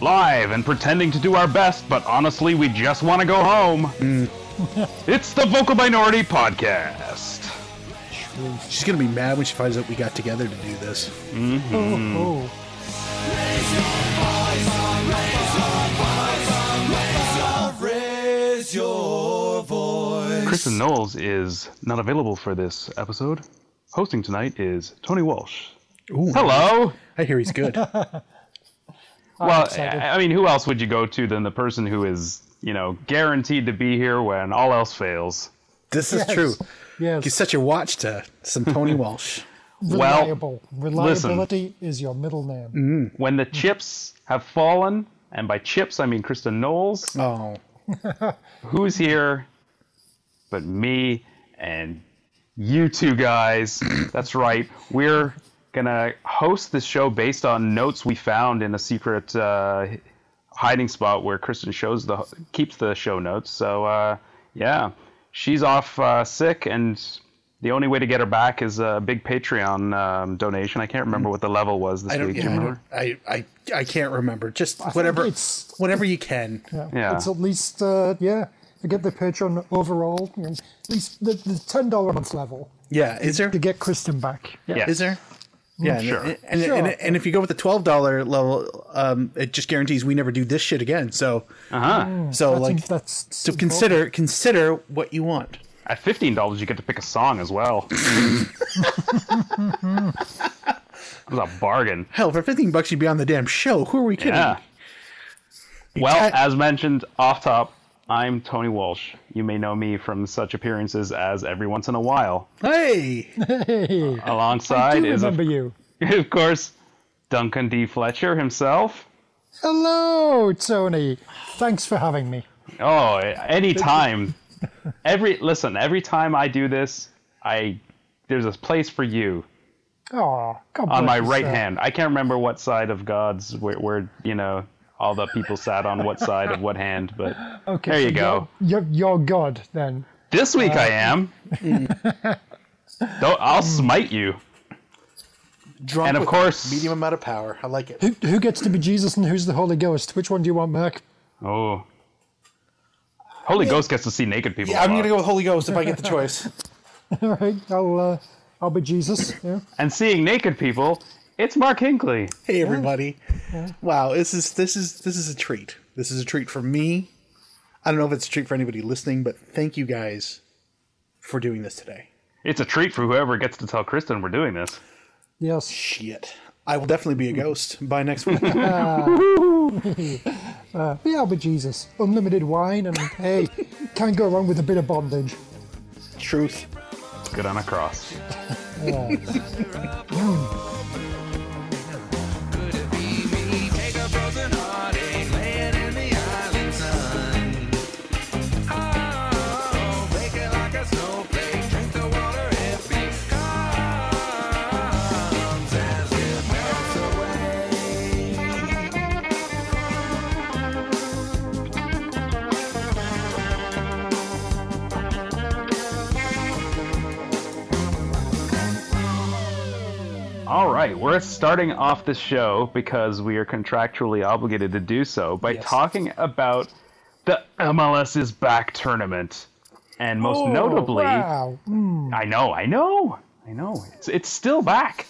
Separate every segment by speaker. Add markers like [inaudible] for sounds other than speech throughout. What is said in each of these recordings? Speaker 1: live and pretending to do our best, but honestly, we just want to go home. [laughs] it's the Vocal Minority Podcast.
Speaker 2: She's gonna be mad when she finds out we got together to do this.
Speaker 3: Oh,
Speaker 1: Kristen Knowles is not available for this episode. Hosting tonight is Tony Walsh.
Speaker 2: Ooh,
Speaker 3: Oh.
Speaker 1: Hello.
Speaker 2: I hear he's
Speaker 3: [laughs]
Speaker 2: good.
Speaker 1: Well,
Speaker 3: excited.
Speaker 1: I I mean, who else would you go to than the person who is, you know, guaranteed to be here when all else fails?
Speaker 2: this is true.
Speaker 3: yes.
Speaker 2: You set your watch to some
Speaker 3: [laughs]
Speaker 2: Tony Walsh.
Speaker 3: Reliable.
Speaker 1: listen. Mm,
Speaker 3: Reliability is your middle name.
Speaker 1: When the chips have fallen, and by chips I mean Kristen Knowles,
Speaker 2: Oh,
Speaker 1: who's here but me and you two guys? That's right. We're going to host this show based on notes we found in a secret uh, hiding spot where Kristen shows the keeps the show notes. So uh, yeah, she's off uh, sick, and the only way to get her back is a big Patreon um, donation. I can't remember what the level was this
Speaker 2: I don't.
Speaker 1: week. Do you
Speaker 2: Yeah, I, don't
Speaker 1: remember?
Speaker 2: I, I I can't remember. Just whatever,
Speaker 3: it's-
Speaker 2: whenever you can.
Speaker 1: Yeah.
Speaker 3: It's at least, uh, yeah, to get the Patreon overall, you know, at least the, the $10 a month level
Speaker 2: Yeah, is there?
Speaker 3: to get Kristen back. Yeah.
Speaker 1: Yeah.
Speaker 2: uh, Is there? Yeah, and-
Speaker 1: Sure.
Speaker 2: And, and,
Speaker 3: Sure.
Speaker 2: and, and if you go with the twelve dollar level, um, it just guarantees we never do this shit again. So,
Speaker 1: Uh-huh.
Speaker 2: so
Speaker 3: Oh, That's,
Speaker 2: like,
Speaker 3: that's
Speaker 2: so consider consider what you want.
Speaker 1: At fifteen dollars, you get to pick a song as
Speaker 3: [laughs]
Speaker 1: well. It was a bargain.
Speaker 2: Hell, for fifteen bucks, you'd be on the damn show. Who are we kidding?
Speaker 1: Yeah. Well,
Speaker 2: Exact-
Speaker 1: as mentioned off top, I'm Tony Walsh. You may know me from such appearances as Every Once in a While.
Speaker 2: Hey,
Speaker 3: [laughs] Hey, I
Speaker 1: Alongside
Speaker 3: do
Speaker 1: is, of,
Speaker 3: remember you.
Speaker 1: [laughs] of course, Duncan D. Fletcher himself.
Speaker 3: Hello, Tony. Thanks for having me.
Speaker 1: Oh, any time. Every listen, every time I do this, I there's a place for you
Speaker 3: Oh, God
Speaker 1: on my
Speaker 3: bless you,
Speaker 1: right
Speaker 3: sir.
Speaker 1: hand. I can't remember what side of God's where, where you know all the people sat on what side of what hand, but
Speaker 3: Okay,
Speaker 1: there
Speaker 3: so
Speaker 1: you go.
Speaker 3: You're, you're God, then.
Speaker 1: This week
Speaker 2: Uh,
Speaker 1: I am. Don't, I'll smite you.
Speaker 2: drunk
Speaker 1: And of
Speaker 2: with
Speaker 1: course-
Speaker 2: medium amount of power. I like it.
Speaker 3: Who, who gets to be Jesus and who's the Holy Ghost? Which one do you want, Mark?
Speaker 1: Oh. Holy Ghost gets to see naked people.
Speaker 2: Yeah,
Speaker 1: a
Speaker 2: I'm
Speaker 1: lot.
Speaker 2: gonna go with Holy Ghost if I get the choice.
Speaker 3: [laughs] All right, I'll, uh, I'll be Jesus. Yeah.
Speaker 1: And seeing naked people, it's Mark Hinkley.
Speaker 2: [laughs] hey everybody! Wow, this is this is this is a treat. This is a treat for me. I don't know if it's a treat for anybody listening, but thank you guys for doing this today.
Speaker 1: It's a treat for whoever gets to tell Kristen we're doing this.
Speaker 3: Yes.
Speaker 2: Shit, Hmm. I will definitely be a ghost by next [laughs] week.
Speaker 3: Yeah, I'll be Jesus. Unlimited wine and hey, can't go wrong with a bit of bondage.
Speaker 2: Truth.
Speaker 1: Good on a cross.
Speaker 4: Could it be me? Take a frozen heartache, laying in the island sun. Oh, bake it like a snowflake, drink the water if it comes as it melts away.
Speaker 1: All right, we're starting off the show because we are contractually obligated to do so by talking about the MLS's back tournament. And most notably,
Speaker 3: Oh, Wow.
Speaker 1: I know, I know, I know, it's, it's still back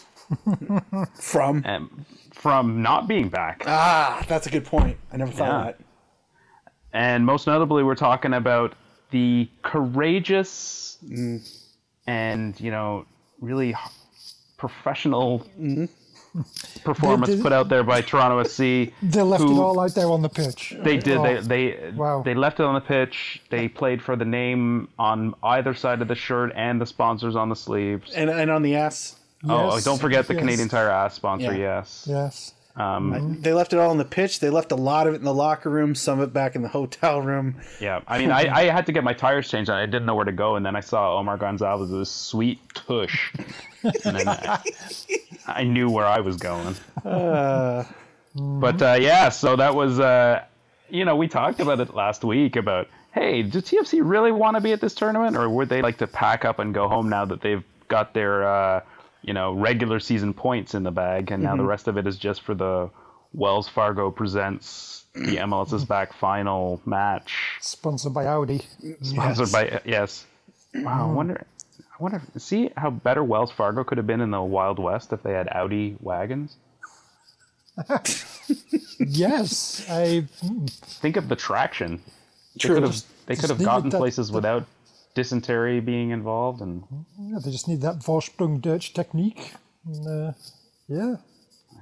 Speaker 2: From
Speaker 1: um, from not being back.
Speaker 2: ah, that's a good point. I never thought
Speaker 1: Yeah.
Speaker 2: of that.
Speaker 1: And most notably, we're talking about the courageous
Speaker 3: Mm.
Speaker 1: and, you know, really h- professional performance
Speaker 3: They Mm-hmm. did-
Speaker 1: put out there by Toronto
Speaker 3: [laughs]
Speaker 1: SC.
Speaker 3: They left it
Speaker 1: who-
Speaker 3: all out there on the pitch.
Speaker 1: They did.
Speaker 3: Oh,
Speaker 1: They they
Speaker 3: Wow.
Speaker 1: they left it on the pitch. They played for the name on either side of the shirt and the sponsors on the sleeves.
Speaker 2: And and on the ass,
Speaker 1: oh,
Speaker 3: yes,
Speaker 1: don't forget the
Speaker 3: yes,
Speaker 1: Canadian Tire ass sponsor.
Speaker 2: Yeah.
Speaker 1: Yes.
Speaker 3: Yes.
Speaker 2: they left it all on the pitch. They left a lot of it in the locker room, some of it back in the hotel room.
Speaker 1: Yeah. I mean, I, I had to get my tires changed. and I didn't know where to go, and then I saw Omar Gonzalez's sweet tush, and then I, I knew where I was going. But uh, yeah, so that was. Uh, you know, we talked about it last week about, hey, does TFC really want to be at this tournament, or would they like to pack up and go home now that they've got their, uh, you know, regular season points in the bag, and now the rest of it is just for the Wells Fargo presents the MLS is back final match
Speaker 3: Sponsored by Audi.
Speaker 1: sponsored by uh, yes. Wow,
Speaker 3: Mm.
Speaker 1: I wonder. I wonder. See how better Wells Fargo could have been in the Wild West if they had Audi wagons.
Speaker 3: Yes, I.
Speaker 1: Think of the traction. They
Speaker 2: True.
Speaker 1: could have, they could
Speaker 3: just
Speaker 1: have
Speaker 3: leave it
Speaker 1: gotten
Speaker 3: that-
Speaker 1: places
Speaker 3: that-
Speaker 1: without dysentery being involved, and
Speaker 3: Yeah, they just need that Vorsprung Dutch technique. And, uh, yeah.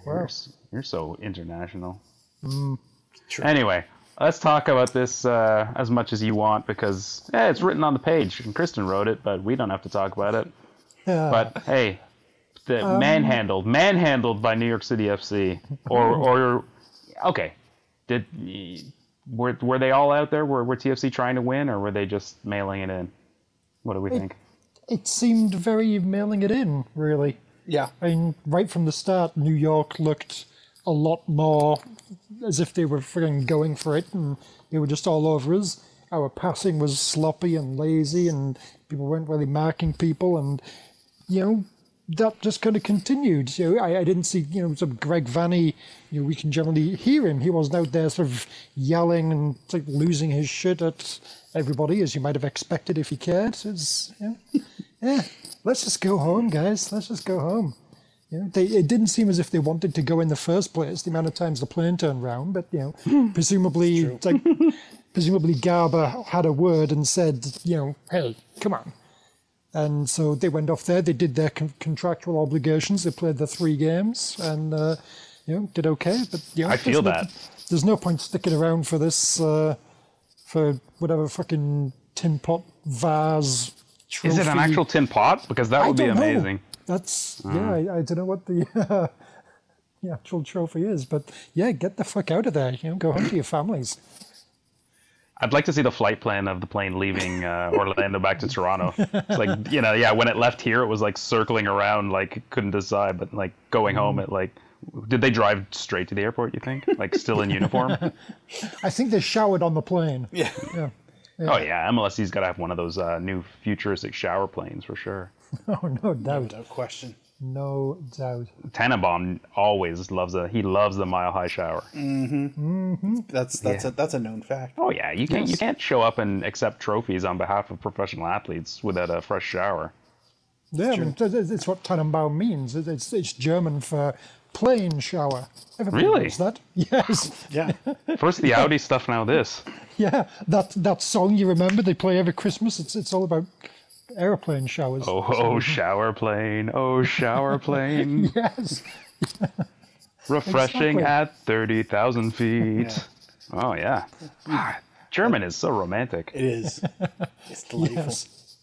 Speaker 1: you're, s- you're so international.
Speaker 3: Mm.
Speaker 2: True.
Speaker 1: Anyway, let's talk about this uh, as much as you want because eh, it's written on the page, and Kristen wrote it, but we don't have to talk about it.
Speaker 3: Yeah. Um,
Speaker 1: But hey, the manhandled, manhandled by New York City FC,
Speaker 3: [laughs]
Speaker 1: or or okay, did were were they all out there? Were were TFC trying to win, or were they just mailing it in? What do we think?
Speaker 3: it seemed very mailing it in, really.
Speaker 2: Yeah. [laughs]
Speaker 3: I mean, right from the start, New York looked a lot more as if they were frigging going for it, and they were just all over us. Our passing was sloppy and lazy, and people weren't really marking people, and you know that just kind of continued. You know, I, I didn't see you know some Greg Vanny. You know, we can generally hear him. He wasn't out there sort of yelling and like losing his shit at everybody as you might have expected if he cared. It's you know, yeah, let's just go home, guys. Let's just go home. You know, they, it didn't seem as if they wanted to go in the first place. The amount of times the plane turned round, but you
Speaker 1: Hmm.
Speaker 3: know, presumably, it's like, [laughs] presumably Garber had a word and said, you know, hey, come on. And so they went off there. They did their con- contractual obligations. They played their three games and uh, you know did okay. But you know,
Speaker 1: I feel
Speaker 3: there's no-
Speaker 1: that.
Speaker 3: there's no point sticking around for this uh, for whatever fucking tin pot vase.
Speaker 1: Is it an
Speaker 3: trophy.
Speaker 1: actual tin pot? Because that would be
Speaker 3: don't know.
Speaker 1: amazing. Uh-huh.
Speaker 3: That's yeah. I, I don't know what the, [laughs] uh, the actual trophy is, but yeah, get the fuck out of there. You know, go home to your families.
Speaker 1: I'd like to see the flight plan of the plane leaving uh, Orlando back to Toronto. It's like you know, yeah. When it left here, it was like circling around, like couldn't decide, but like going home at like. Did they drive straight to the airport? You think, like, still in uniform?
Speaker 3: I think they showered on the plane. [laughs]
Speaker 2: Yeah.
Speaker 1: Oh yeah, MLSC's got to have one of those uh, new futuristic shower planes for sure.
Speaker 3: Oh no doubt,
Speaker 2: No question.
Speaker 3: no doubt.
Speaker 1: Tannenbaum always loves a he loves the mile high shower.
Speaker 2: That's that's a that's a known fact.
Speaker 1: Oh yeah, you can't you can't show up and accept trophies on behalf of professional athletes without a fresh shower.
Speaker 3: Yeah, I mean, th- th- it's what Tannenbaum means. It- It's, it's German for plane shower. Everybody
Speaker 1: Really?
Speaker 3: knows that? [laughs] Yes.
Speaker 2: Yeah.
Speaker 1: First the Audi stuff, now this.
Speaker 3: Yeah. That that song you remember they play every Christmas. It's it's all about aeroplane showers.
Speaker 1: Oh, oh shower plane, oh
Speaker 2: [laughs]
Speaker 1: shower plane,
Speaker 3: [laughs] Yes.
Speaker 1: refreshing
Speaker 3: Exactly.
Speaker 1: at thirty thousand feet. Oh yeah, Ah, German is so romantic.
Speaker 2: Hmm. It is. It's delightful.
Speaker 3: Yes.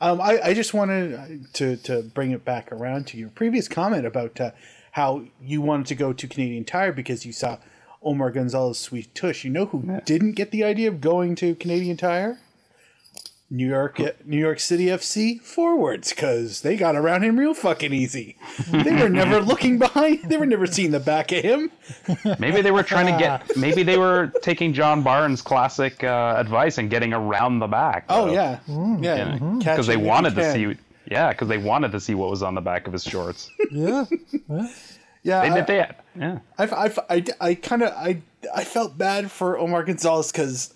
Speaker 2: Um, I, I just wanted to to bring it back around to your previous comment about uh, how you wanted to go to Canadian Tire because you saw Omar Gonzalez Sweet Tush. You know who didn't get the idea of going to Canadian Tire? New York, uh, New York City FC forwards, because they got around him real fucking easy. They were never looking behind. They were never seeing the back of him.
Speaker 1: Maybe they were trying to
Speaker 2: [laughs]
Speaker 1: get. Maybe they were taking John Barnes' classic uh, advice and getting around the back.
Speaker 2: Oh
Speaker 1: though.
Speaker 2: yeah, yeah,
Speaker 1: because they wanted to see. Yeah, because they wanted to see what was on the back of his
Speaker 2: [laughs]
Speaker 1: shorts.
Speaker 3: Yeah. yeah.
Speaker 2: Yeah,
Speaker 1: They
Speaker 2: I-
Speaker 1: did that. Yeah,
Speaker 2: I've, I've, I, I kind of I, I felt bad for Omar Gonzalez because,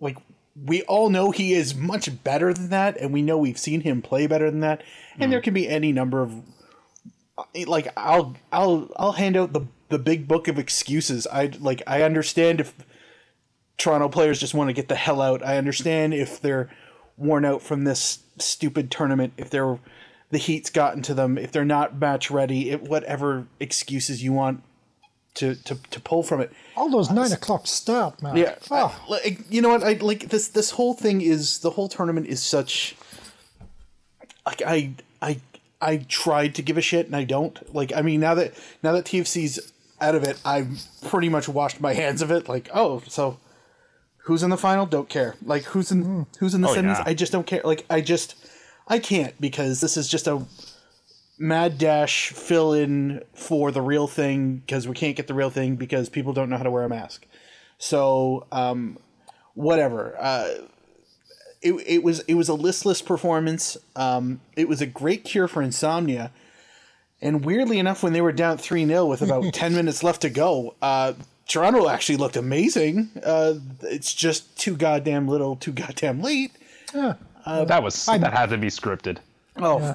Speaker 2: like, we all know he is much better than that, and we know we've seen him play better than that, and there can be any number of, uh, like, I'll I'll I'll hand out the the big book of excuses. I like I understand if Toronto players just want to get the hell out. I understand if they're worn out from this stupid tournament, if they're the heat's gotten to them, if they're not match ready, if whatever excuses you want to, to, to pull from it.
Speaker 3: All those nine o'clock start, man.
Speaker 2: Yeah, I-
Speaker 3: Oh,
Speaker 2: like, you know what? I like this. This whole thing is the whole tournament is such. Like I, I, I tried to give a shit and I don't. Like I mean, now that now that TFC's out of it, I've pretty much washed my hands of it. Like oh, so who's in the final? Don't care. Like who's in who's in the
Speaker 1: Oh,
Speaker 2: semis?
Speaker 1: yeah.
Speaker 2: I just don't care. Like I just, I can't because this is just a mad dash fill in for the real thing because we can't get the real thing because people don't know how to wear a mask. So um, whatever. Uh, it, it was it was a listless performance. Um, it was a great cure for insomnia, And weirdly enough, when they were down 3 0 with about 10 minutes left to go, uh, Toronto actually looked amazing. Uh, it's just too goddamn little, too goddamn late. Uh,
Speaker 1: that was that had to be scripted.
Speaker 2: Oh,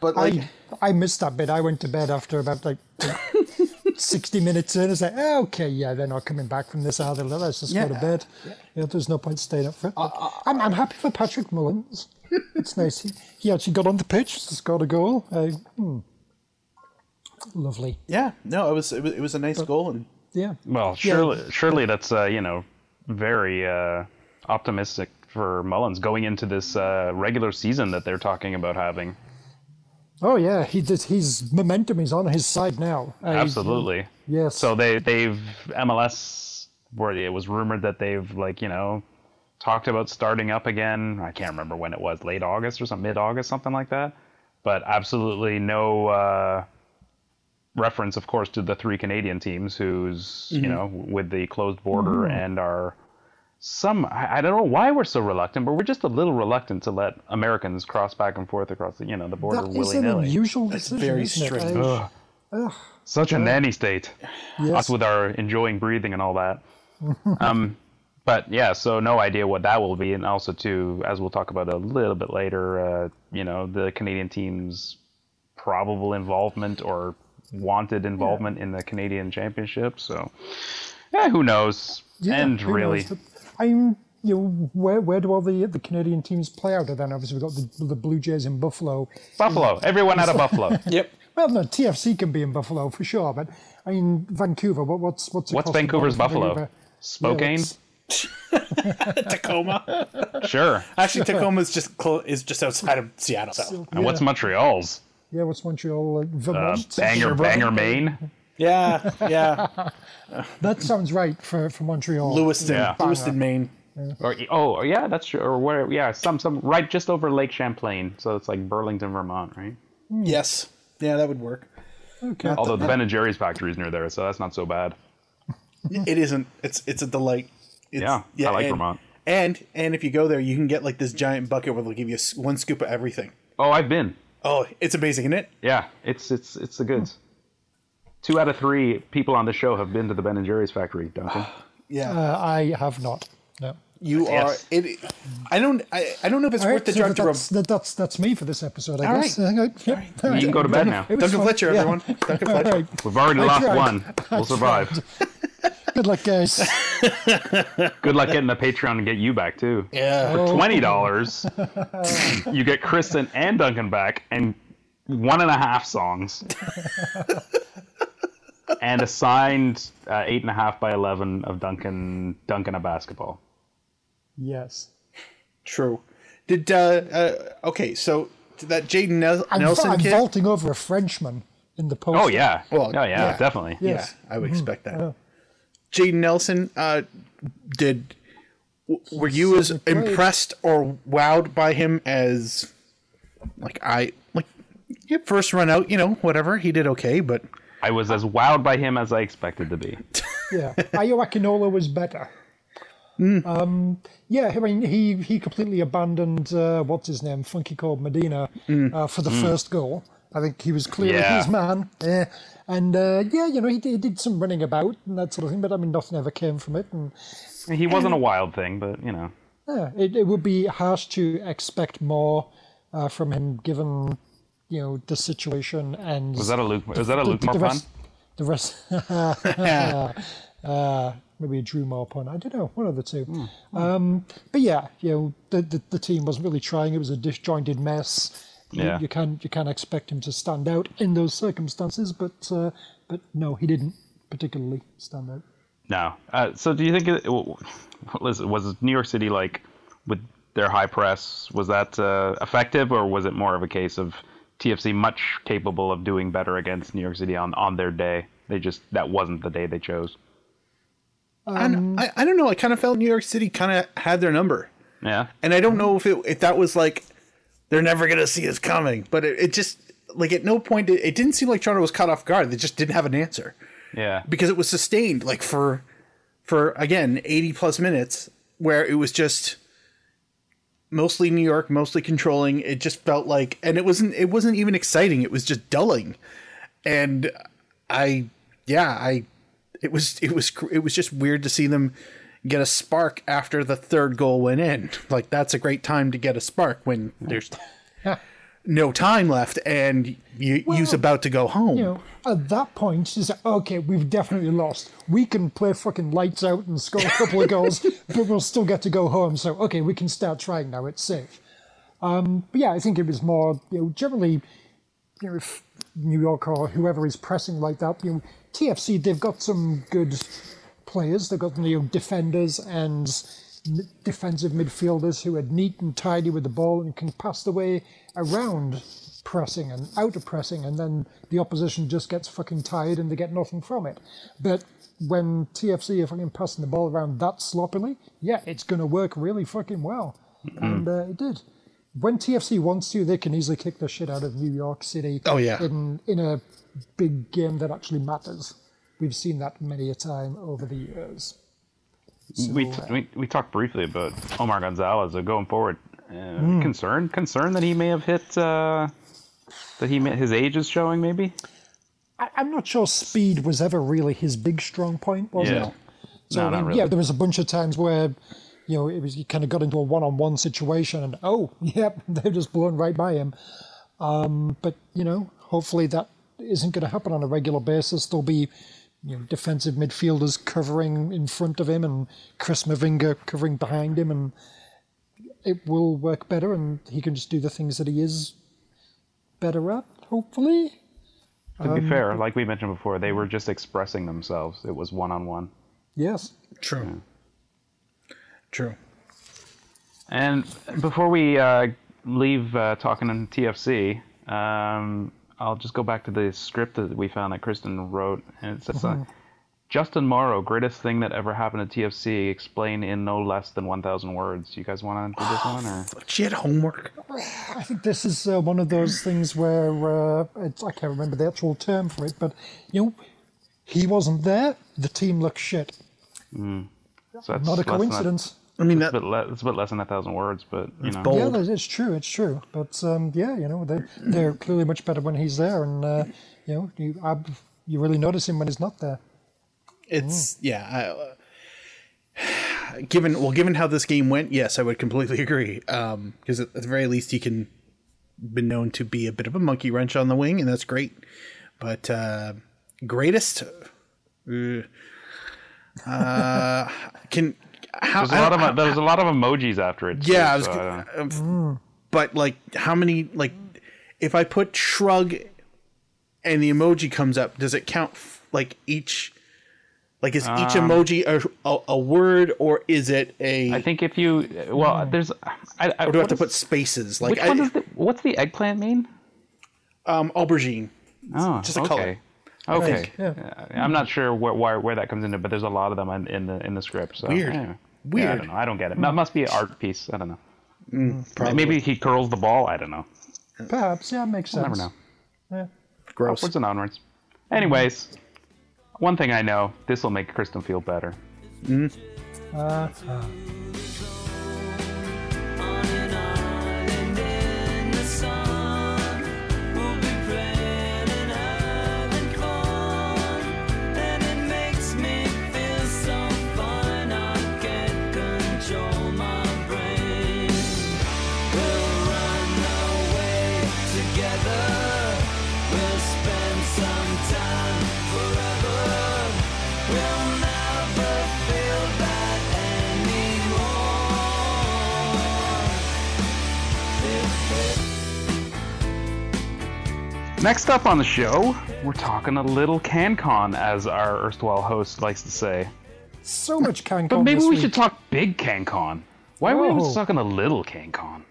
Speaker 2: but like.
Speaker 3: I, I missed that bit. I went to bed after about like 60 minutes in. It's like, "Ah, okay, yeah, they're not coming back from this either. Let's just go
Speaker 2: Yeah. Uh,
Speaker 3: to bed. Yeah, there's no point staying up for it. But I'm, I'm happy for Patrick Mullins. it's nice. He, he actually got on the pitch, scored a goal. Uh, hmm. Lovely.
Speaker 2: Yeah, no, it was it was, it was a nice goal, and
Speaker 3: Yeah.
Speaker 1: Well, surely, surely that's uh, you know very uh, optimistic for Mullins going into this uh, regular season that they're talking about having.
Speaker 3: Oh, yeah. He did, his momentum is on his side now. Uh, he's-
Speaker 1: Absolutely.
Speaker 3: Yes.
Speaker 1: So they they've MLS where it was rumored that they've like you know talked about starting up again. I can't remember when it was, late August or some mid August, something like that. But absolutely no uh, reference, of course, to the three Canadian teams who's
Speaker 3: Mm-hmm.
Speaker 1: you know with the closed border and are some I, I don't know why we're so reluctant, but we're just a little reluctant to let Americans cross back and forth across the you know the border
Speaker 3: that is
Speaker 1: willy
Speaker 3: an
Speaker 1: nilly.
Speaker 3: unusual
Speaker 2: That's
Speaker 3: decision,
Speaker 2: very
Speaker 3: isn't it?
Speaker 2: strange.
Speaker 3: I-
Speaker 1: Such a nanny state.
Speaker 3: yes.
Speaker 1: us with our enjoying breathing and all
Speaker 3: [laughs]
Speaker 1: that. um, but yeah, so no idea what that will be, and also too, as we'll talk about a little bit later, uh, you know, the Canadian team's probable involvement or wanted involvement in the Canadian Championship. So yeah, who knows?
Speaker 3: Yeah,
Speaker 1: and
Speaker 3: who knows?
Speaker 1: really,
Speaker 3: But I'm you know where where do all the the Canadian teams play out of then? Obviously, we've got the the Blue Jays in Buffalo.
Speaker 1: Buffalo. Everyone
Speaker 3: [laughs]
Speaker 1: out of Buffalo.
Speaker 2: [laughs] yep,
Speaker 3: Well, no, TFC can be in Buffalo for sure, but I mean Vancouver. What, what's
Speaker 1: What's
Speaker 3: what's across the
Speaker 1: Vancouver's
Speaker 3: border from
Speaker 1: Buffalo?
Speaker 3: Vancouver?
Speaker 1: Spokane.
Speaker 3: [laughs] Yeah,
Speaker 2: Tacoma.
Speaker 1: sure.
Speaker 2: Actually, Tacoma's just clo- is just outside of Seattle. So.
Speaker 1: And what's Montreal's?
Speaker 3: yeah, what's Montreal? Uh,
Speaker 1: Uh,
Speaker 3: Vermont.
Speaker 1: banger, banger, Maine.
Speaker 2: Yeah, yeah,
Speaker 3: That sounds right for for Montreal.
Speaker 2: Lewiston,
Speaker 1: Yeah.
Speaker 2: Lewiston, Maine.
Speaker 1: Or oh yeah, that's true. Or where? Yeah, some some right just over Lake Champlain. So it's like Burlington, Vermont, right?
Speaker 2: Yes, yeah, that would work.
Speaker 3: Okay.
Speaker 1: Although the Ben and Jerry's factory is near there, so that's not so bad.
Speaker 2: It isn't. It's it's a delight. It's,
Speaker 1: Yeah, I like
Speaker 2: and-
Speaker 1: Vermont.
Speaker 2: And and if you go there, you can get like this giant bucket where they'll give you s- one scoop of everything.
Speaker 1: Oh, I've been.
Speaker 2: Oh, it's amazing, isn't it?
Speaker 1: Yeah, it's it's it's the goods. Two out of three people on the show have been to the Ben and Jerry's factory, Duncan.
Speaker 2: Yeah,
Speaker 3: Uh, I have not. No.
Speaker 2: you
Speaker 1: yes.
Speaker 2: are. It. I don't. I, I don't know if it's
Speaker 3: All
Speaker 2: worth
Speaker 3: right,
Speaker 2: the
Speaker 3: so
Speaker 2: drive to. Rome.
Speaker 3: that's, that, that's that's me for this episode. I
Speaker 2: All
Speaker 3: guess.
Speaker 2: right.
Speaker 3: Uh, yeah.
Speaker 1: You can go to bed now.
Speaker 3: It was
Speaker 2: Duncan
Speaker 3: fun.
Speaker 2: Fletcher,
Speaker 3: Yeah.
Speaker 2: everyone.
Speaker 3: [laughs]
Speaker 2: Duncan Fletcher.
Speaker 3: All right.
Speaker 1: We've already
Speaker 3: I
Speaker 1: lost
Speaker 3: tried.
Speaker 1: one. We'll survive.
Speaker 3: Good luck,
Speaker 1: [laughs]
Speaker 3: guys.
Speaker 1: Good luck getting a Patreon to get you back too.
Speaker 2: Yeah.
Speaker 1: Twenty dollars, you get Kristen and Duncan back, and one and a half songs, and a signed uh, eight and a half by eleven of Duncan Duncan a basketball.
Speaker 3: yes.
Speaker 2: True. Did uh, uh okay? So that Jaden Nel-
Speaker 3: I'm,
Speaker 2: Nelson
Speaker 3: I'm
Speaker 2: kid.
Speaker 3: vaulting over a Frenchman in the post.
Speaker 1: Oh yeah,
Speaker 2: Well,
Speaker 1: oh yeah,
Speaker 2: yeah.
Speaker 1: definitely.
Speaker 2: yeah,
Speaker 3: Yes.
Speaker 2: I would expect that. Jaden Nelson, uh, did w- were you as impressed or wowed by him as like I like? Yeah, first run out, you know, whatever he did okay, but
Speaker 1: I was as wowed by him as I expected to be.
Speaker 3: Yeah. Ayo Akinola was better. Um, yeah, I mean, he, he completely abandoned, uh, what's his name, Funky called Medina, uh, for the first goal. I think he was clearly
Speaker 1: Hmm. Yeah.
Speaker 3: his man. Yeah. And uh, yeah, you know, he did, he did some running about and that sort of thing, but I mean, nothing ever came from it. And
Speaker 1: He wasn't a wild thing, but you know,
Speaker 3: yeah, it, it would be harsh to expect more uh, from him given, you know, the situation and.
Speaker 1: was that a Luke? Was that a Luke
Speaker 3: the, the
Speaker 1: Morpon?
Speaker 3: rest, the rest [laughs] uh, maybe a Drew Morpon. I don't know, one of the two. Um, but yeah, you know, the, the the team wasn't really trying. It was a disjointed mess. You-
Speaker 1: Yeah.
Speaker 3: You, can't you can't expect him to stand out in those circumstances, but uh, but no, he didn't particularly stand out.
Speaker 1: No. Uh, so do you think it, w- was was New York City like with their high press was that uh, effective or was it more of a case of TFC much capable of doing better against New York City on, on their day? They just that wasn't the day they chose.
Speaker 2: I don't- I, I don't know. I kind of felt New York City kind of had their number.
Speaker 1: Yeah.
Speaker 2: and I don't know if it if that was like they're never gonna see us coming, but it, it just like at no point it, it didn't seem like Toronto was caught off guard. They just didn't have an answer
Speaker 1: Yeah.
Speaker 2: because it was sustained like for for again eighty plus minutes where it was just mostly New York, mostly controlling. It just felt like, and it wasn't it wasn't even exciting. It was just dulling. and I, yeah, I, it was it was cr- it was just weird to see them get a spark after the third goal went in. [laughs] Like that's a great time to get a spark when there's no time left and you you's about to go home.
Speaker 3: You know, at that point, she's like, okay, we've definitely lost. We can play fucking lights out and score a couple of goals, but we'll still get to go home. So, okay, we can start trying now. It's safe. Um, but yeah, I think it was more, you know, generally, you know, if New York or whoever is pressing like that, you know, TFC, they've got some good players. They've got, you know, defenders and m- defensive midfielders who are neat and tidy with the ball and can pass the way around pressing and out of pressing, and then the opposition just gets fucking tired and they get nothing from it. But when TFC are fucking passing the ball around that sloppily, yeah, it's going to work really fucking well.
Speaker 2: Mm-hmm.
Speaker 3: And uh, it did. When TFC wants to, they can easily kick the shit out of New York City.
Speaker 2: Oh, yeah.
Speaker 3: in in a big game that actually matters. We've seen that many a time over the years.
Speaker 1: we, we we talked briefly about Omar Gonzalez. uh, going forward, uh, concern concern that he may have hit uh, that he may, his age is showing. Maybe
Speaker 3: I, I'm not sure speed was ever really his big strong point, was
Speaker 1: Yeah.
Speaker 3: it? So
Speaker 1: No,
Speaker 3: I
Speaker 1: not
Speaker 3: mean,
Speaker 1: really.
Speaker 3: yeah, there was a bunch of times where you know it was you kind of got into a one-on-one situation, and oh, [laughs] yep, they've just blown right by him. Um, but you know, hopefully that isn't going to happen on a regular basis. There'll be you know defensive midfielders covering in front of him, and Chris Mavinga covering behind him, and it will work better, and he can just do the things that he is better at. Hopefully.
Speaker 1: to be fair, like we mentioned before, they were just expressing themselves. It was one on one.
Speaker 3: Yes.
Speaker 2: True. True.
Speaker 1: And before we uh, leave uh, talking on TFC, um, I'll just go back to the script that we found that Kristen wrote, and it says,
Speaker 3: Mm-hmm.
Speaker 1: uh, "Justin Morrow, greatest thing that ever happened to TFC, explained in no less than 1,000 words." You guys want to do this one,
Speaker 3: [sighs]
Speaker 1: or
Speaker 2: But she had homework.
Speaker 3: I think this is uh, one of those things where uh, it's, I can't remember the actual term for it, but you know, he wasn't there. The team looked shit.
Speaker 1: so that's
Speaker 3: Not a
Speaker 1: less than
Speaker 3: coincidence.
Speaker 2: I mean
Speaker 1: A,
Speaker 2: that
Speaker 1: but le- it's a bit less than a thousand words, but you know,
Speaker 2: bold.
Speaker 3: Yeah, that- it's true. It's true. But um, yeah, you know, they they're clearly much better when he's there, and uh, you know, you I, you really notice him when he's not there.
Speaker 2: it's yeah I, uh, given well given how this game went yes i would completely [laughs] agree um because at, at the very least he can been known to be a bit of a monkey wrench on the wing and that's great but uh greatest uh, uh, can how
Speaker 1: there's a lot of there's a lot of emojis after it. too,
Speaker 2: yeah I was,
Speaker 1: so I don't-
Speaker 2: gonna- um, but like how many like if i put shrug and the emoji comes up does it count f- like each like is each emoji a, a, a word or is it a
Speaker 1: Um, I think if you
Speaker 3: Mm.
Speaker 1: well, there's I, I
Speaker 2: or do i have to
Speaker 1: what
Speaker 2: put
Speaker 1: is-
Speaker 2: spaces
Speaker 1: which
Speaker 2: like
Speaker 1: one
Speaker 2: I,
Speaker 1: does the, what's the eggplant mean?
Speaker 2: um aubergine
Speaker 1: Oh,
Speaker 2: just a
Speaker 1: okay.
Speaker 2: color,
Speaker 1: Okay,
Speaker 3: yeah.
Speaker 1: Uh, I'm not sure where, where where that comes into, but there's a lot of them in, in the in the script. So
Speaker 2: Weird.
Speaker 1: anyway. Oh, Yeah, I
Speaker 2: Weird. Mm,
Speaker 1: don't know. I don't get it. That must be an art piece. I don't know.
Speaker 2: probably.
Speaker 1: Maybe he curls the ball. I don't know.
Speaker 3: Perhaps yeah, makes sense.
Speaker 1: Never know.
Speaker 2: gross
Speaker 1: Upwards and onwards. Anyways, one thing I know, this will make Kristen feel better.
Speaker 3: Uh,
Speaker 4: On an island in the sun, we'll be playing and having fun. And it makes me feel so fine. I can't control my brain. We'll run away together. We'll spend some time forever. We'll never feel bad anymore.
Speaker 1: Next up on the show, we're talking a little CanCon, as our erstwhile host likes to say.
Speaker 3: so much can.
Speaker 2: Oh,
Speaker 1: But maybe we should talk big CanCon. Why are we always
Speaker 3: Oh.
Speaker 1: talking a little CanCon?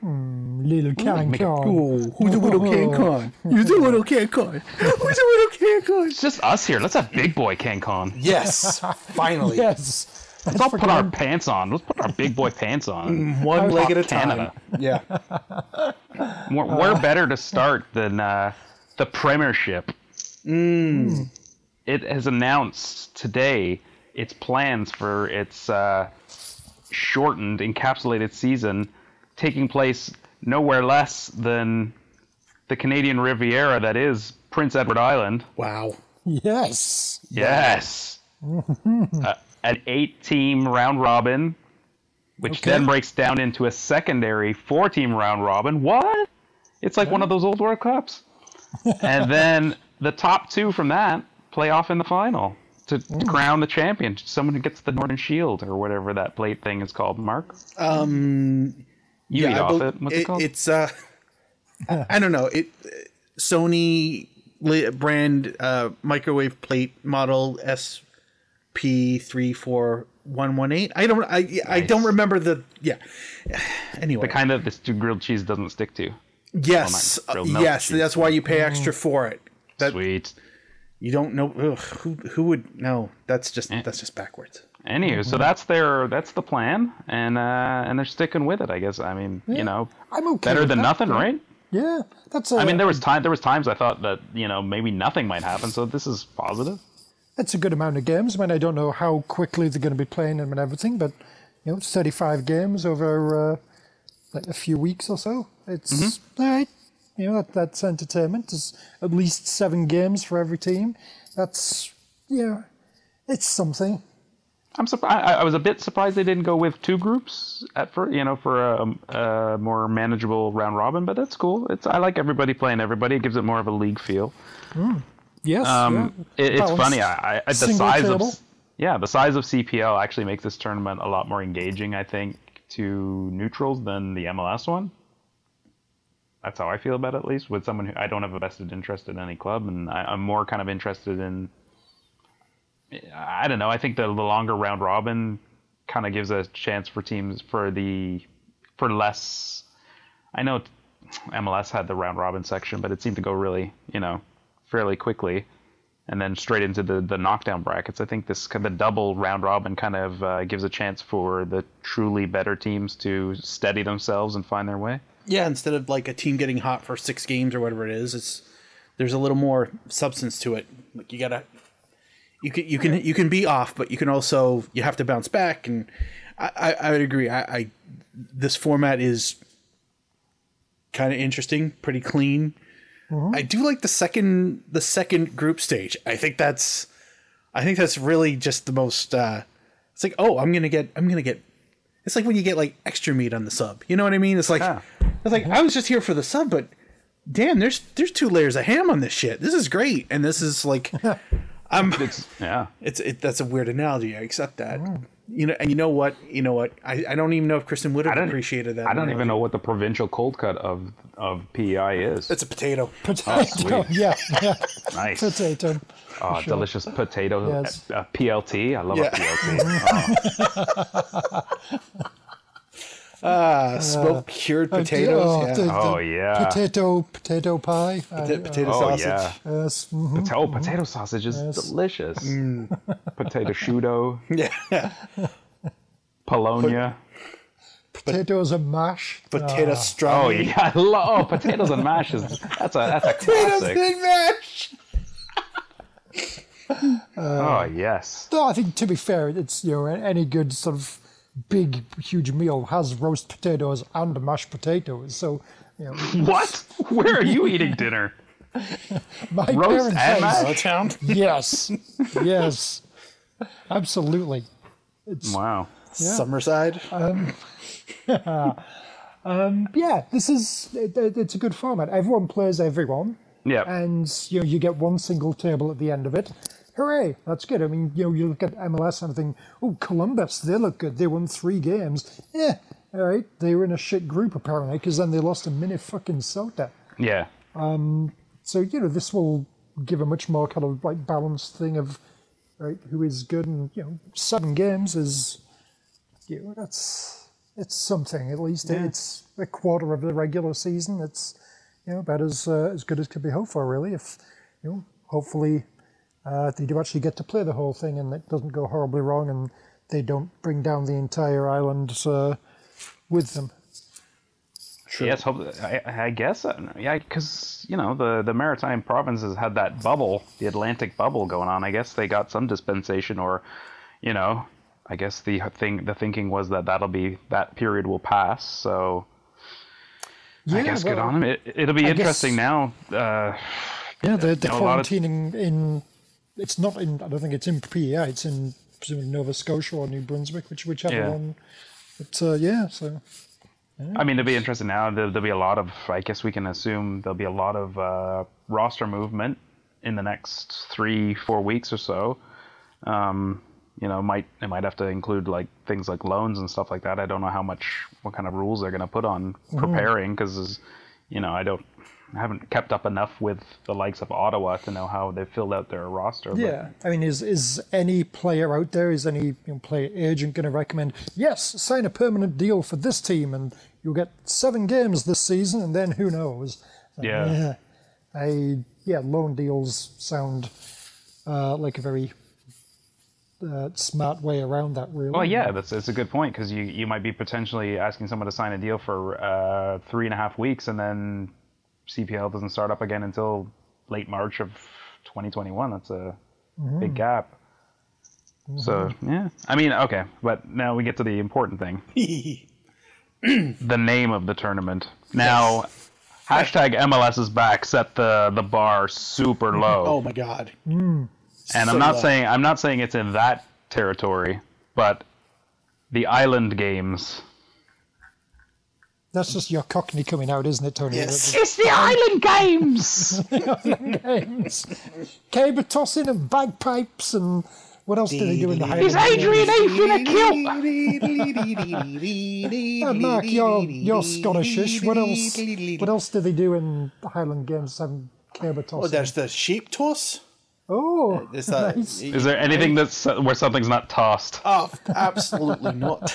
Speaker 3: little can
Speaker 1: make a-
Speaker 2: who's
Speaker 1: [laughs]
Speaker 2: a little CanCon? Who's a little CanCon? [laughs] Who's a little CanCon?
Speaker 1: It's just us here. Let's have big boy CanCon.
Speaker 2: Yes, finally,
Speaker 3: [laughs] Yes.
Speaker 1: Let's all put our pants on. Let's put our big boy pants on.
Speaker 2: one leg at a time.
Speaker 1: Canada.
Speaker 2: Yeah,
Speaker 1: [laughs] Where, where better to start than uh, the Premiership?
Speaker 2: Hmm.
Speaker 1: It has announced today its plans for its uh, shortened, encapsulated season taking place nowhere less than the Canadian Riviera that is Prince Edward Island.
Speaker 2: Wow.
Speaker 3: Yes.
Speaker 1: Yes. Uh, an eight team round robin, which
Speaker 3: Okay.
Speaker 1: then breaks down into a secondary four team round robin. What? It's like one of those old World Cups. and then the top two from that play off in the final to, to crown the champion, someone who gets the Northern Shield or whatever that plate thing is called, Mark.
Speaker 2: Um,
Speaker 1: You eat
Speaker 2: I
Speaker 1: off
Speaker 2: bel-
Speaker 1: it. What's it, called?
Speaker 2: It's uh, I I don't know. It Sony li- brand uh, microwave plate model SP three four one one eight. I don't. I I don't
Speaker 1: Nice.
Speaker 2: remember the yeah. Anyway,
Speaker 1: the kind that this grilled cheese doesn't stick to.
Speaker 2: yes,
Speaker 1: not real
Speaker 2: uh,
Speaker 1: milk
Speaker 2: yes.
Speaker 1: cheese.
Speaker 2: That's why you pay extra for it. That
Speaker 1: Sweet.
Speaker 2: you don't know ugh, who who would no. That's just
Speaker 1: Eh.
Speaker 2: that's just backwards.
Speaker 1: Anywho,
Speaker 3: Mm-hmm.
Speaker 1: so that's their that's the plan, and uh, and they're sticking with it. I guess. I mean, you know,
Speaker 3: I'm okay
Speaker 1: better
Speaker 3: with
Speaker 1: than
Speaker 3: that,
Speaker 1: nothing, right?
Speaker 3: Yeah. That's a,
Speaker 1: I mean, there was time there was times I thought that you know maybe nothing might happen. So this is positive.
Speaker 3: that's a good amount of games. I mean, I don't know how quickly they're going to be playing them and everything, but you know, it's 35 games over uh, like a few weeks or so. It's
Speaker 1: Mm-hmm.
Speaker 3: all right. You know, that, that's entertainment. There's at least seven games for every team. That's yeah, it's something.
Speaker 1: I'm surprised. I, I was a bit surprised they didn't go with two groups at first, you know, for a, um, a more manageable round robin. But that's cool. It's I like everybody playing everybody. It gives it more of a league feel.
Speaker 3: Yes.
Speaker 1: Um,
Speaker 3: yeah.
Speaker 1: it, it's
Speaker 3: Balanced.
Speaker 1: funny. I, I, at the
Speaker 3: Single
Speaker 1: size
Speaker 3: table.
Speaker 1: of yeah, the size of CPL actually makes this tournament a lot more engaging. I think to neutrals than the MLS one. That's how I feel about it, at least with someone who I don't have a vested interest in any club, and I, I'm more kind of interested in. I don't know. I think the, the longer round robin kind of gives a chance for teams for the for less. I know MLS had the round robin section, but it seemed to go really, you know, fairly quickly and then straight into the, the knockdown brackets. I think this the double round robin kind of uh, gives a chance for the truly better teams to steady themselves and find their way.
Speaker 2: Yeah, instead of like a team getting hot for six games or whatever it is, it's there's a little more substance to it. Like you gotta, you can you can you can be off, but you can also you have to bounce back. And I I, I would agree. I, I this format is kind of interesting, pretty clean. I do like the second the second group stage. I think that's I think that's really just the most. uh It's like oh, I'm gonna get I'm gonna get. It's like when you get like extra meat on the sub. You know what I mean? It's like.
Speaker 1: Yeah.
Speaker 2: I was like, I was just here for the sub, but damn, there's there's two layers of ham on this shit. This is great, and this is like,
Speaker 3: [laughs]
Speaker 2: I'm. It's,
Speaker 1: Yeah.
Speaker 2: it, that's a weird analogy. I accept that.
Speaker 3: Mm.
Speaker 2: You know, and you know what? You know what? I, I don't even know if Kristen would have
Speaker 1: don't-
Speaker 2: appreciated that.
Speaker 1: I don't even
Speaker 2: analogy.
Speaker 1: know what the provincial cold cut of of PEI is.
Speaker 2: It's a potato.
Speaker 3: [laughs] Potato.
Speaker 1: Oh, sweet.
Speaker 3: [laughs] yeah. Yeah.
Speaker 1: nice.
Speaker 3: Potato.
Speaker 1: Oh, delicious potato
Speaker 3: Yes.
Speaker 1: uh, PLT. I love
Speaker 2: Yeah.
Speaker 1: a
Speaker 2: [laughs]
Speaker 1: PLT. Oh,
Speaker 2: Uh, smoked cured potatoes.
Speaker 3: Oh,
Speaker 2: yeah.
Speaker 3: the- the
Speaker 1: Oh, yeah.
Speaker 3: Potato. Potato pie. I-
Speaker 2: Pota- potato
Speaker 1: oh,
Speaker 2: sausage. [laughs]
Speaker 1: yeah.
Speaker 3: Yes. mhm.
Speaker 1: Pot- Oh, potato sausage is
Speaker 3: Yes.
Speaker 1: delicious.
Speaker 2: Mm. [laughs]
Speaker 1: Potato shudo,
Speaker 2: Yeah.
Speaker 1: Polonia.
Speaker 3: Potatoes and mash.
Speaker 2: potato
Speaker 1: Oh
Speaker 3: Ah.
Speaker 2: strawberry.
Speaker 1: yeah, [laughs] I love oh, potatoes and mash is that's a that's a classic.
Speaker 2: Potatoes and
Speaker 3: Ah.
Speaker 2: mash.
Speaker 1: Oh yes.
Speaker 3: No, I think to be fair, it's you know any good sort of big huge meal has roast potatoes and mashed potatoes. So you know,
Speaker 1: What? Where are you eating dinner?
Speaker 3: my
Speaker 1: [laughs] Roast
Speaker 3: parents'
Speaker 1: and
Speaker 3: house-
Speaker 1: mash?
Speaker 2: Town.
Speaker 3: [laughs]
Speaker 1: [laughs]
Speaker 3: Yes, yes, absolutely.
Speaker 1: Wow.
Speaker 2: Summerside.
Speaker 3: Yeah, this is it, it- it's a good format. Everyone plays everyone,
Speaker 1: Yeah.
Speaker 3: and you know you get one single table at the end of it. Hooray! That's good. I mean, you know, you look at MLS and think, oh, Columbus, they look good. They won three games. Yeah, all right. They were in a shit group apparently because then they lost a mini fucking soda.
Speaker 1: yeah.
Speaker 3: So you know this will give a much more kind of like balanced thing of right who is good and you know seven games is you know that's it's something at least it's a quarter of the regular season it's you know about as uh, as good as could be hoped for really if you know hopefully uh, they do actually get to play the whole thing and it doesn't go horribly wrong and they don't bring down the entire island uh, with them.
Speaker 1: Yes. Hope, I, I guess. uh, Yeah. Because you know the the maritime provinces had that bubble, the Atlantic bubble going on. I guess they got some dispensation, or you know, I guess the thing the thinking was that that'll be that period will pass. So
Speaker 3: Yeah,
Speaker 1: I guess good
Speaker 3: well,
Speaker 1: on him. It, it'll be
Speaker 3: I
Speaker 1: interesting
Speaker 3: guess-
Speaker 1: now. Uh,
Speaker 3: Yeah, they're, they're
Speaker 1: a lot of-
Speaker 3: quarantining in. It's not in. I don't think it's in PEI. It's in presumably Nova Scotia or New Brunswick, which whichever
Speaker 1: Yeah.
Speaker 3: one. But uh, yeah, so
Speaker 1: I mean, it'll be interesting now. There, there'll be a lot of. I guess we can assume there'll be a lot of uh, roster movement in the next three, four weeks or so. Um, you know, might it might have to include like things like loans and stuff like that. I don't know how much, what kind of rules they're going to put on preparing because, you know, I don't, I haven't kept up enough with the likes of Ottawa to know how they filled out their roster. but-
Speaker 3: yeah. I mean, is is any player out there? Is any you know, player agent going to recommend? Yes, sign a permanent deal for this team, and you'll get seven games this season, and then who knows?
Speaker 1: Yeah.
Speaker 3: yeah. I yeah, loan deals sound uh, like a very uh, smart way around that. Really.
Speaker 1: Well, yeah, that's, that's a good point because you, you might be potentially asking someone to sign a deal for uh, three and a half weeks, and then CPL doesn't start up again until late March of 2021. That's a big gap. So yeah, I mean, okay, but now we get to the important thing: the name of the tournament. Now, hashtag MLS is back set the the bar super low
Speaker 2: oh my god.
Speaker 1: and
Speaker 2: So
Speaker 1: I'm not
Speaker 2: low.
Speaker 1: saying I'm not saying it's in that territory, but the island games.
Speaker 3: That's just your Cockney coming out, isn't it, Tony?
Speaker 2: Yes.
Speaker 1: It's the island
Speaker 3: [laughs]
Speaker 1: games.
Speaker 3: games. Caber tossing and bagpipes and what else do they do in the Highlands?
Speaker 1: Afe a kilt?
Speaker 3: Yeah, Mark, you're, you're Scottishish. What else? What else do they do in the Highland Games? Some caber
Speaker 2: Oh,
Speaker 3: tossing.
Speaker 2: there's uh, the sheep toss.
Speaker 3: Oh,
Speaker 2: Is that?
Speaker 3: Nice.
Speaker 1: Is there anything that's where something's not tossed?
Speaker 2: Oh, absolutely not.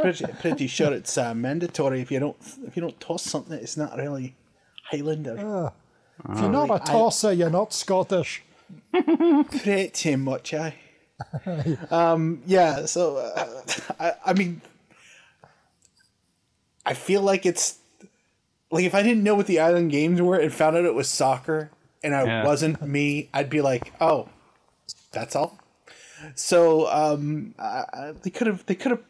Speaker 2: pretty, pretty sure it's uh, mandatory. If you don't, if you don't toss something, it's not really Highlander.
Speaker 3: if you're
Speaker 2: Oh,
Speaker 3: not a tosser, you're not Scottish.
Speaker 2: Pretty much, aye. um, yeah, so uh, I, I mean, I feel like it's like if I didn't know what the island games were and found out it was soccer and I
Speaker 1: Yeah.
Speaker 2: wasn't me, I'd be like, oh, that's all. So um, I, I- they could have, they could have,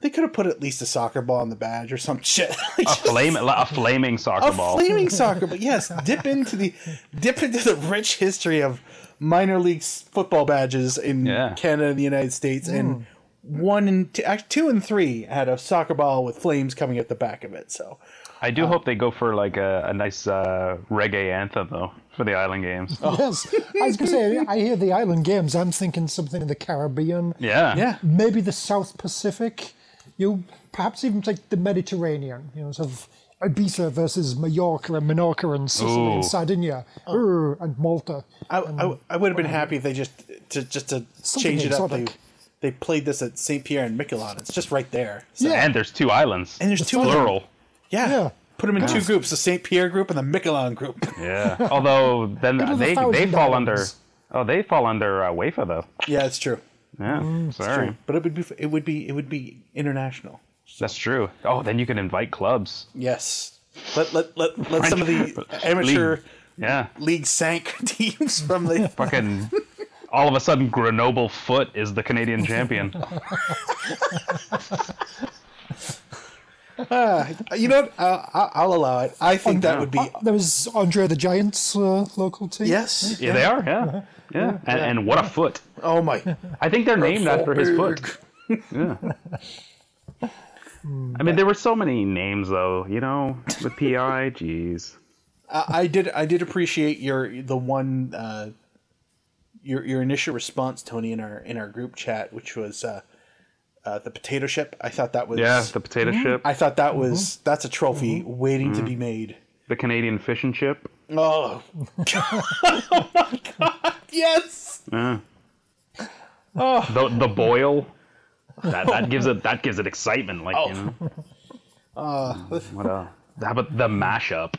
Speaker 2: they could have put at least a soccer ball on the badge or some shit. [laughs] Like,
Speaker 1: A flame, a flaming soccer
Speaker 2: a
Speaker 1: [laughs] ball.
Speaker 2: flaming soccer ball. Yes, dip into the dip into the rich history of minor league s- football badges in
Speaker 1: Yeah.
Speaker 2: Canada and the United States, and
Speaker 3: Hmm.
Speaker 2: one and two, act- two and three had a soccer ball with flames coming at the back of it. So,
Speaker 1: I do hope they go for like a, a nice uh, reggae anthem though for the island games.
Speaker 2: Oh,
Speaker 3: Yes, I was gonna say. I hear the Island Games. I'm thinking something in the Caribbean.
Speaker 1: Yeah.
Speaker 2: yeah,
Speaker 3: maybe the South Pacific, you perhaps even take the Mediterranean, you know, sort of Ibiza versus Mallorca and Minorca and Sicily
Speaker 1: Ooh.
Speaker 3: and Sardinia
Speaker 2: Oh.
Speaker 3: Urr, and Malta.
Speaker 2: I, I, I would have been happy if they just to just to
Speaker 3: Hmm. Something
Speaker 2: change it up. They,
Speaker 3: exotic.
Speaker 2: they played this at St. Pierre and Miquelon. It's just right there. So,
Speaker 1: And there's two islands.
Speaker 2: And there's two of them.
Speaker 1: plural.
Speaker 2: yeah.
Speaker 3: Yeah.
Speaker 2: Put them in two groups: the St. Pierre group and the Miquelon group. [laughs]
Speaker 1: Yeah. [laughs] Although then
Speaker 3: to the
Speaker 1: they they
Speaker 3: thousand
Speaker 1: fall
Speaker 3: islands.
Speaker 1: under oh they fall under uh, WAFA though.
Speaker 2: yeah, it's true.
Speaker 1: Yeah.
Speaker 2: Mm,
Speaker 1: Sorry.
Speaker 2: But it would be it would be it would be international.
Speaker 1: That's true. Oh, then you can invite clubs.
Speaker 2: Yes. Let let let, let some of the amateur
Speaker 1: League. Yeah.
Speaker 2: league sank [laughs] teams from
Speaker 1: [laughs]
Speaker 2: the
Speaker 1: Fucking. All of a sudden, Grenoble Foot is the Canadian
Speaker 2: [laughs]
Speaker 1: champion.
Speaker 2: you know what? I'll, I'll- I'll allow it. I think that would be
Speaker 3: Uh, There was Andre the Giant's uh, local team.
Speaker 2: yes.
Speaker 1: Yeah, they are. Yeah, yeah. And, and what a foot!
Speaker 2: Oh my!
Speaker 1: I think they're named after his foot. Yeah. I mean, there were so many names though. You know, with PI, jeez.
Speaker 2: I, I did I did appreciate your the one uh, your your initial response, Tony, in our in our group chat, which was uh, uh, the potato chip. I thought that was
Speaker 1: Yeah, the potato chip,
Speaker 2: I thought that was that's a trophy waiting
Speaker 1: Mm-hmm.
Speaker 2: to be made.
Speaker 1: the Canadian fish and chip.
Speaker 2: Oh, [laughs] oh my God! [laughs] Yes.
Speaker 1: the the boil. That that gives it that gives it excitement. Like you
Speaker 2: Oh.
Speaker 1: know,
Speaker 2: [laughs]
Speaker 1: what a how about the mashup?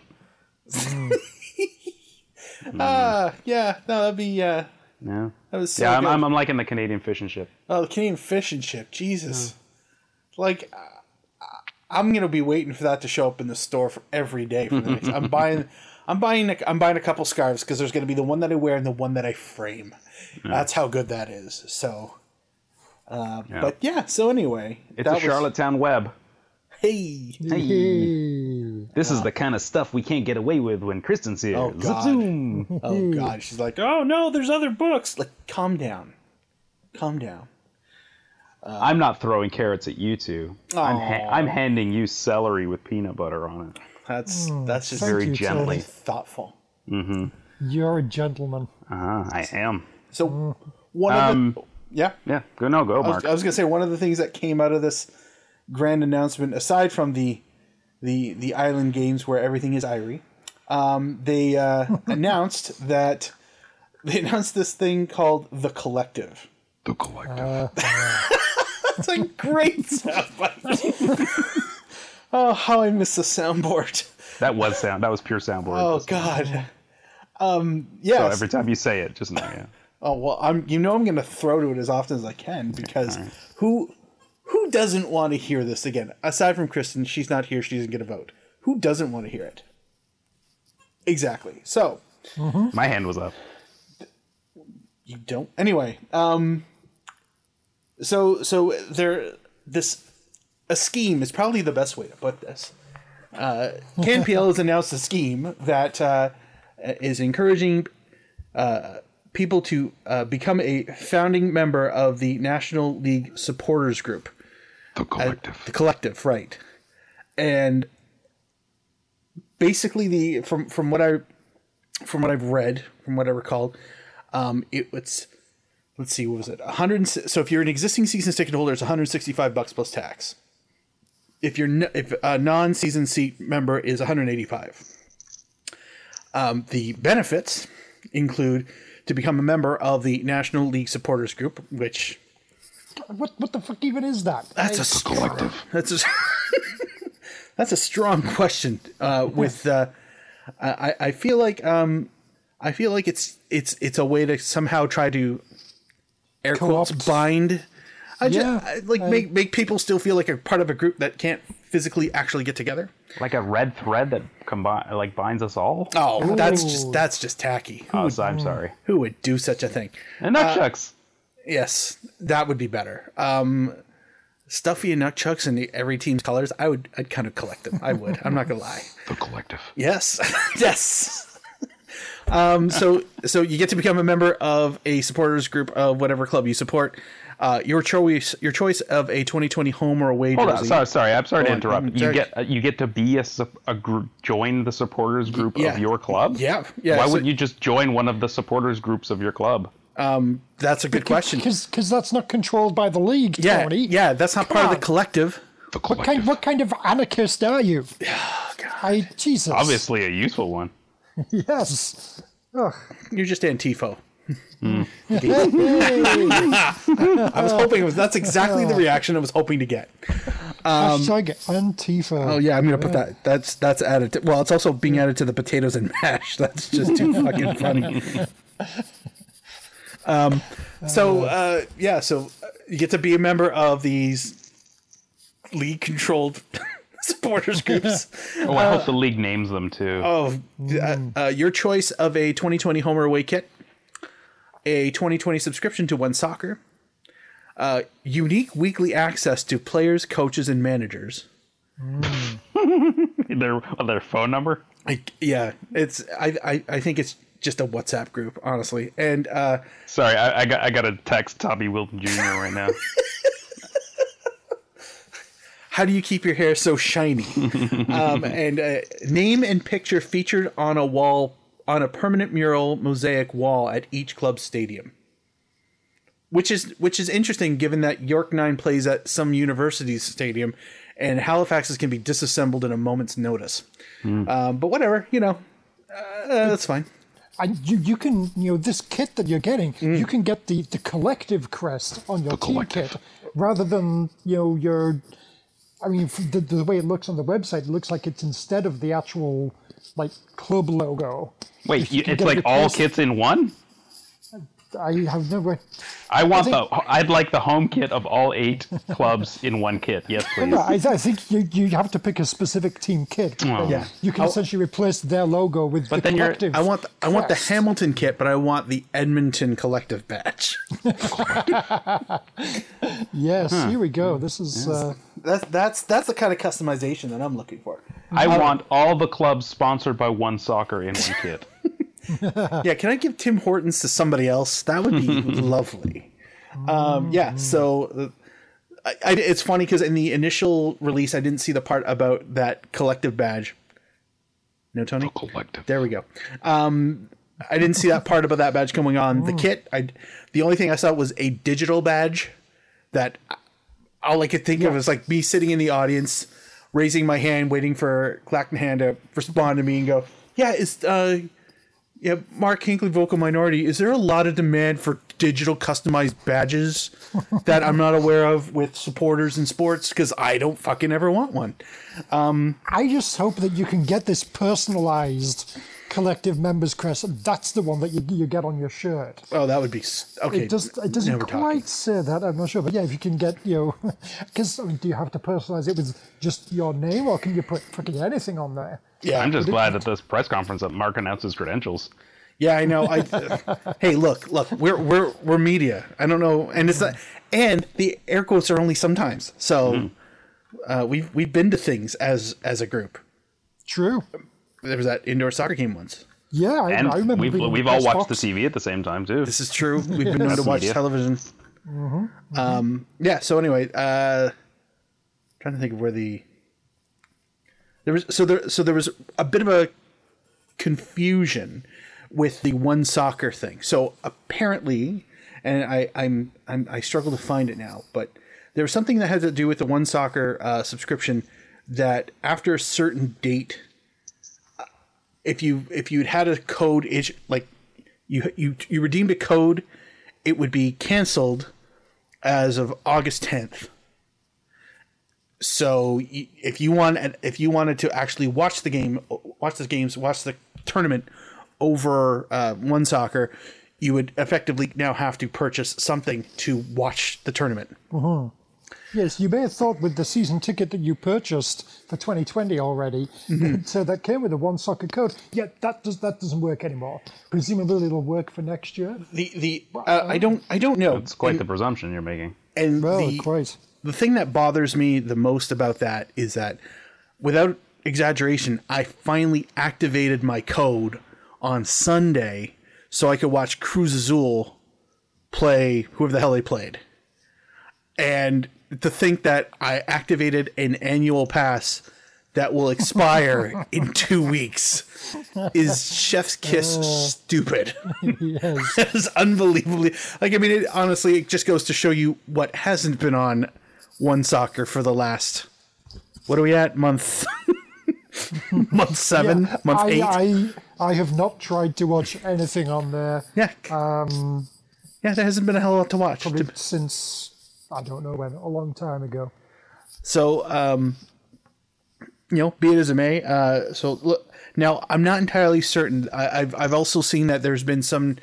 Speaker 2: Uh, yeah. No, that'd be. Uh,
Speaker 1: Yeah,
Speaker 2: that was so
Speaker 1: yeah. I'm,
Speaker 2: good.
Speaker 1: I'm, I'm liking the Canadian fish and chip.
Speaker 2: Oh, the Canadian fish and chip. Jesus. Like, uh, I'm gonna be waiting for that to show up in the store for every day for the next. I'm buying. I'm buying. A, I'm buying a couple scarves because there's gonna be the one that I wear and the one that I frame. That's how good that is. So. Uh, But yeah. So anyway,
Speaker 1: It's
Speaker 2: that
Speaker 1: a Charlottetown web.
Speaker 2: Hey.
Speaker 3: Hey.
Speaker 1: This is the kind of stuff we can't get away with when Kristen's here.
Speaker 2: Oh, God.
Speaker 1: Zoom.
Speaker 2: Oh God, she's like, oh no, there's other books. Like, calm down, calm down.
Speaker 1: I'm not throwing carrots at you two. I'm, ha-
Speaker 2: Aw.
Speaker 1: I'm handing you celery with peanut butter on it.
Speaker 2: That's that's just
Speaker 3: Thank
Speaker 1: very
Speaker 3: you,
Speaker 1: gently.
Speaker 2: really
Speaker 3: Tony.
Speaker 2: thoughtful.
Speaker 3: You're a gentleman.
Speaker 1: Uh-huh, I am.
Speaker 2: So one
Speaker 1: Um,
Speaker 2: of the yeah,
Speaker 1: Yeah, go no go,
Speaker 2: I was,
Speaker 1: Mark.
Speaker 2: I was gonna say one of the things that came out of this grand announcement, aside from the the the island games where everything is Irie, um, they uh,
Speaker 1: [laughs]
Speaker 2: announced that they announced this thing called the Collective.
Speaker 1: The collective.
Speaker 2: It's like
Speaker 1: [laughs]
Speaker 2: great sound. [laughs] oh, how I miss the soundboard.
Speaker 1: That was sound. That was pure soundboard.
Speaker 2: Oh God. Um. Yeah.
Speaker 1: So every time you say it, just know. Yeah.
Speaker 2: oh well. I'm. You know I'm going to throw to it as often as I can because who, who doesn't want to hear this again? Aside from Kristen, she's not here. She isn't going to vote. Who doesn't want to hear it? Exactly. So
Speaker 1: My hand was up.
Speaker 2: you don't. Anyway. Um. So so there this a scheme is probably the best way to put this. Uh, CanPL has announced a scheme that uh, is encouraging people to uh, become a founding member of the National League Supporters Group.
Speaker 1: The collective.
Speaker 2: The collective, right. And basically the from from what I from what I've read, from what I recall, um it, it's let's see what was it? 100 so if you're an existing season ticket holder it's 165 bucks plus tax. If you're n- if a non-season seat member is 185. Um, the benefits include to become a member of the National League Supporters Group, which
Speaker 3: What what the fuck even is that?
Speaker 2: that's a collective. That's a [laughs] that's a strong question. Uh, with uh, I, I feel like um, I feel like it's it's it's a way to somehow try to air quotes
Speaker 3: Co-opt.
Speaker 2: bind. I just
Speaker 3: Yeah,
Speaker 2: like
Speaker 3: I-
Speaker 2: make make people still feel like a part of a group that can't physically actually get together.
Speaker 1: like a red thread that combine like binds us all.
Speaker 2: Oh, Uh. Mm-hmm. that's just that's just tacky. Who,
Speaker 1: Oh, so I'm sorry.
Speaker 2: who would do such a thing?
Speaker 1: And
Speaker 2: Uh,
Speaker 1: nutchucks.
Speaker 2: Yes, that would be better. Um, stuffy and nutchucks in the, every team's colors. I would, I'd kind of collect them. I would. I'm not gonna lie.
Speaker 1: the collective.
Speaker 2: Yes, [laughs] yes. um, so, so you get to become a member of a supporters group of whatever club you support. Uh, your choice, your choice of a 2020 home or away
Speaker 1: Hold on,
Speaker 2: jersey.
Speaker 1: sorry, sorry. I'm sorry to
Speaker 2: on,
Speaker 1: interrupt.
Speaker 2: mm,
Speaker 1: You
Speaker 2: sorry.
Speaker 1: get uh, you get to be a, sup- a gr- join the supporters group
Speaker 2: yeah.
Speaker 1: of your club.
Speaker 2: Yeah, yeah,
Speaker 1: Why
Speaker 2: so-
Speaker 1: wouldn't you just join one of the supporters groups of your club?
Speaker 2: That's a good question.
Speaker 3: Because that's not controlled by the league,
Speaker 2: Yeah,
Speaker 3: Tony.
Speaker 2: yeah, that's not part of
Speaker 3: on.
Speaker 2: the collective.
Speaker 1: The
Speaker 3: What kind, what kind of anarchist
Speaker 2: [sighs]
Speaker 3: are you?
Speaker 2: Oh,
Speaker 3: I Jesus.
Speaker 1: Obviously, a useful one.
Speaker 3: Yes. Ugh.
Speaker 2: You're just Antifo.
Speaker 3: Hey,
Speaker 2: I
Speaker 1: Oh.
Speaker 2: was hoping it was. That's exactly the reaction I was hoping to get.
Speaker 3: hashtag Antifa.
Speaker 2: Oh yeah, I'm gonna put that. That's that's added. To, well, it's also being added to the potatoes and mash. [laughs] That's just too fucking [laughs] funny. Um, so uh, yeah, so uh, you get to be a member of these league-controlled [laughs] supporters groups. [laughs]
Speaker 1: Oh, I hope the league names them too.
Speaker 2: of uh, uh, your choice of a 2020 home or away kit, a 2020 subscription to One Soccer, uh, unique weekly access to players, coaches, and managers.
Speaker 1: Their oh, their phone number.
Speaker 2: Like, yeah, it's I, I I think it's just a WhatsApp group, honestly. And uh,
Speaker 1: Sorry, I, I got I got a text Tommy Wilton Jr. right
Speaker 2: [laughs]
Speaker 1: now.
Speaker 2: how do you keep your hair so shiny? um, and uh, name and picture featured on a wall on a permanent mural mosaic wall at each club stadium. Which is which is interesting, given that York Nine plays at some university's stadium, and Halifax's can be disassembled in a moment's notice. Um, but whatever, you know, uh, that's fine.
Speaker 3: I, you, you can you know this kit that you're getting you can get the, the collective crest on your team kit rather than you know your i mean f- the, the way it looks on the website it looks like it's instead of the actual like club logo
Speaker 1: Wait, you,
Speaker 3: can
Speaker 1: it's
Speaker 3: get
Speaker 1: like
Speaker 3: it
Speaker 1: all
Speaker 3: replaced.
Speaker 1: kits in one.
Speaker 3: i have no way
Speaker 1: I want
Speaker 3: I think-
Speaker 1: the I'd like the home kit of all
Speaker 2: [laughs]
Speaker 1: eight clubs in one kit. Yes, please.
Speaker 3: I, I think you, you have to pick a specific team kit
Speaker 1: Oh.
Speaker 2: Yeah.
Speaker 3: you can essentially replace their logo with the
Speaker 1: then you're-
Speaker 3: collective
Speaker 2: I want the, I want the
Speaker 3: crest.
Speaker 2: Hamilton kit, but I want the Edmonton collective badge.
Speaker 3: yes here we go this is uh,
Speaker 2: [laughs] That's that's that's the kind of customization that I'm looking for.
Speaker 1: I want all the clubs sponsored by one soccer in one kit.
Speaker 2: Yeah, can I give Tim Hortons to somebody else? That [laughs] would be lovely. Um, yeah, so uh, I, I, it's funny because in the initial release, I didn't see the part about that collective badge. No, Tony.
Speaker 1: Collective.
Speaker 2: There we go. Um, I didn't see that part about that badge going on
Speaker 3: Oh.
Speaker 2: the kit. I the only thing I saw was a digital badge that I- all I could think of is like me sitting in the audience, raising my hand, waiting for Clackenhand to respond to me and go, "Yeah, is uh, yeah, Mark Hinckley, vocal minority. Is there a lot of demand for digital customized
Speaker 3: [laughs]
Speaker 2: badges that I'm not aware of with supporters in sports? Because I don't fucking ever want one."
Speaker 3: I just hope that you can get this personalized collective members crest. That's the one that you, you get on your shirt.
Speaker 2: Oh, that would be s- okay.
Speaker 3: It, does, it
Speaker 2: now
Speaker 3: doesn't
Speaker 2: we're
Speaker 3: quite
Speaker 2: talking.
Speaker 3: say that. I'm not sure, but yeah, if you can get you know, [laughs] because I mean, do you have to personalize it with just your name, or can you put fucking anything on there?
Speaker 2: Yeah,
Speaker 1: I'm just glad at this press conference that Mark announced his credentials.
Speaker 2: Yeah, I know. I hey, look, look, we're we're we're media. I don't know, and it's not, and the air quotes are only sometimes. So uh, we've we've been to things as as a group.
Speaker 3: True.
Speaker 2: There was that indoor soccer game once.
Speaker 3: Yeah, I,
Speaker 1: And
Speaker 3: I remember
Speaker 1: we've,
Speaker 3: being in
Speaker 1: we've all
Speaker 3: press
Speaker 1: watched
Speaker 3: box.
Speaker 1: the TV at the same time, too.
Speaker 2: This is true. We've been known to
Speaker 1: That's
Speaker 2: watch
Speaker 1: media.
Speaker 2: television. Um, yeah. So anyway, uh, trying to think of where the there was so there so there was a bit of a confusion with the one soccer thing. So apparently, and I I'm, I'm I struggle to find it now, but there was something that had to do with the one soccer uh, subscription that after a certain date if you if you'd had a code is like you you you redeemed a code it would be canceled as of August 10th so y- if you want if you wanted to actually watch the game watch the games watch the tournament over uh, one soccer you would effectively now have to purchase something to watch the tournament
Speaker 3: Yes, you may have thought with the season ticket that you purchased for 2020 already,
Speaker 1: Mm-hmm.
Speaker 3: [laughs] that, uh, that came with a one soccer code. Yet that does that doesn't work anymore. Presumably it'll work for next year.
Speaker 2: the the uh, i don't i don't know
Speaker 1: It's quite the presumption you're making.
Speaker 2: and
Speaker 3: Well,
Speaker 2: the,
Speaker 3: quite.
Speaker 2: the thing that bothers me the most about that is that without exaggeration i finally activated my code on sunday so i could watch cruz azul play whoever the hell they played and to think that i activated an annual pass that will expire in two weeks is chef's kiss stupid
Speaker 3: Yes.
Speaker 2: it's unbelievably like i mean it honestly it just goes to show you what hasn't been on one soccer for the last what are we at month [laughs] month [laughs] seven
Speaker 3: Yeah,
Speaker 2: month
Speaker 3: I,
Speaker 2: eight
Speaker 3: I, I have not tried to watch anything on there
Speaker 2: yeah um yeah there hasn't been a hell of a lot to watch
Speaker 3: probably since I don't know when, a long time ago.
Speaker 2: so um you know be it as it may uh so look now i'm not entirely certain I, i've i've also seen that there's been some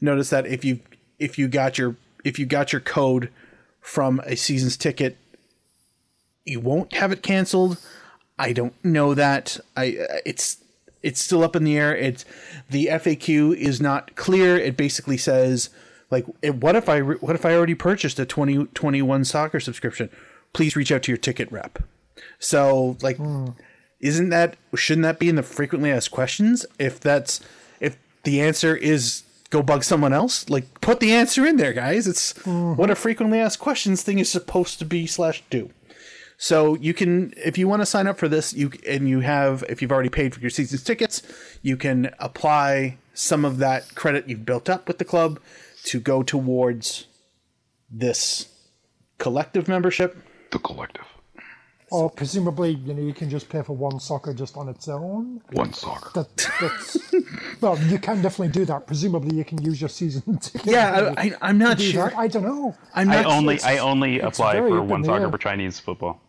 Speaker 2: notice that if you if you got your if you got your code from a season's ticket you won't have it canceled. I don't know that. I uh, it's it's still up in the air. It's the FAQ is not clear. It basically says like eh, what if I re- what if I already purchased a 2021 soccer subscription? Please reach out to your ticket rep. So like isn't that shouldn't that be in the frequently asked questions if that's if the answer is go bug someone else like put the answer in there guys it's what a frequently asked questions thing is supposed to be slash do so you can, if you want to sign up for this, you and you have, if you've already paid for your season's tickets, you can apply some of that credit you've built up with the club to go towards this collective membership.
Speaker 1: The collective.
Speaker 3: Or presumably, you know, you can just pay for one soccer just on its own.
Speaker 1: One soccer.
Speaker 3: That, that's well, you can definitely do that. Presumably, you can use your season [laughs] ticket.
Speaker 2: Yeah, I, I, I'm not
Speaker 3: to do
Speaker 2: sure.
Speaker 3: that. I don't know.
Speaker 2: I'm
Speaker 1: I
Speaker 2: not
Speaker 1: only
Speaker 2: sure.
Speaker 1: I only apply
Speaker 3: very
Speaker 1: for
Speaker 3: up in
Speaker 1: one
Speaker 3: the
Speaker 1: soccer
Speaker 3: air.
Speaker 1: for Chinese football.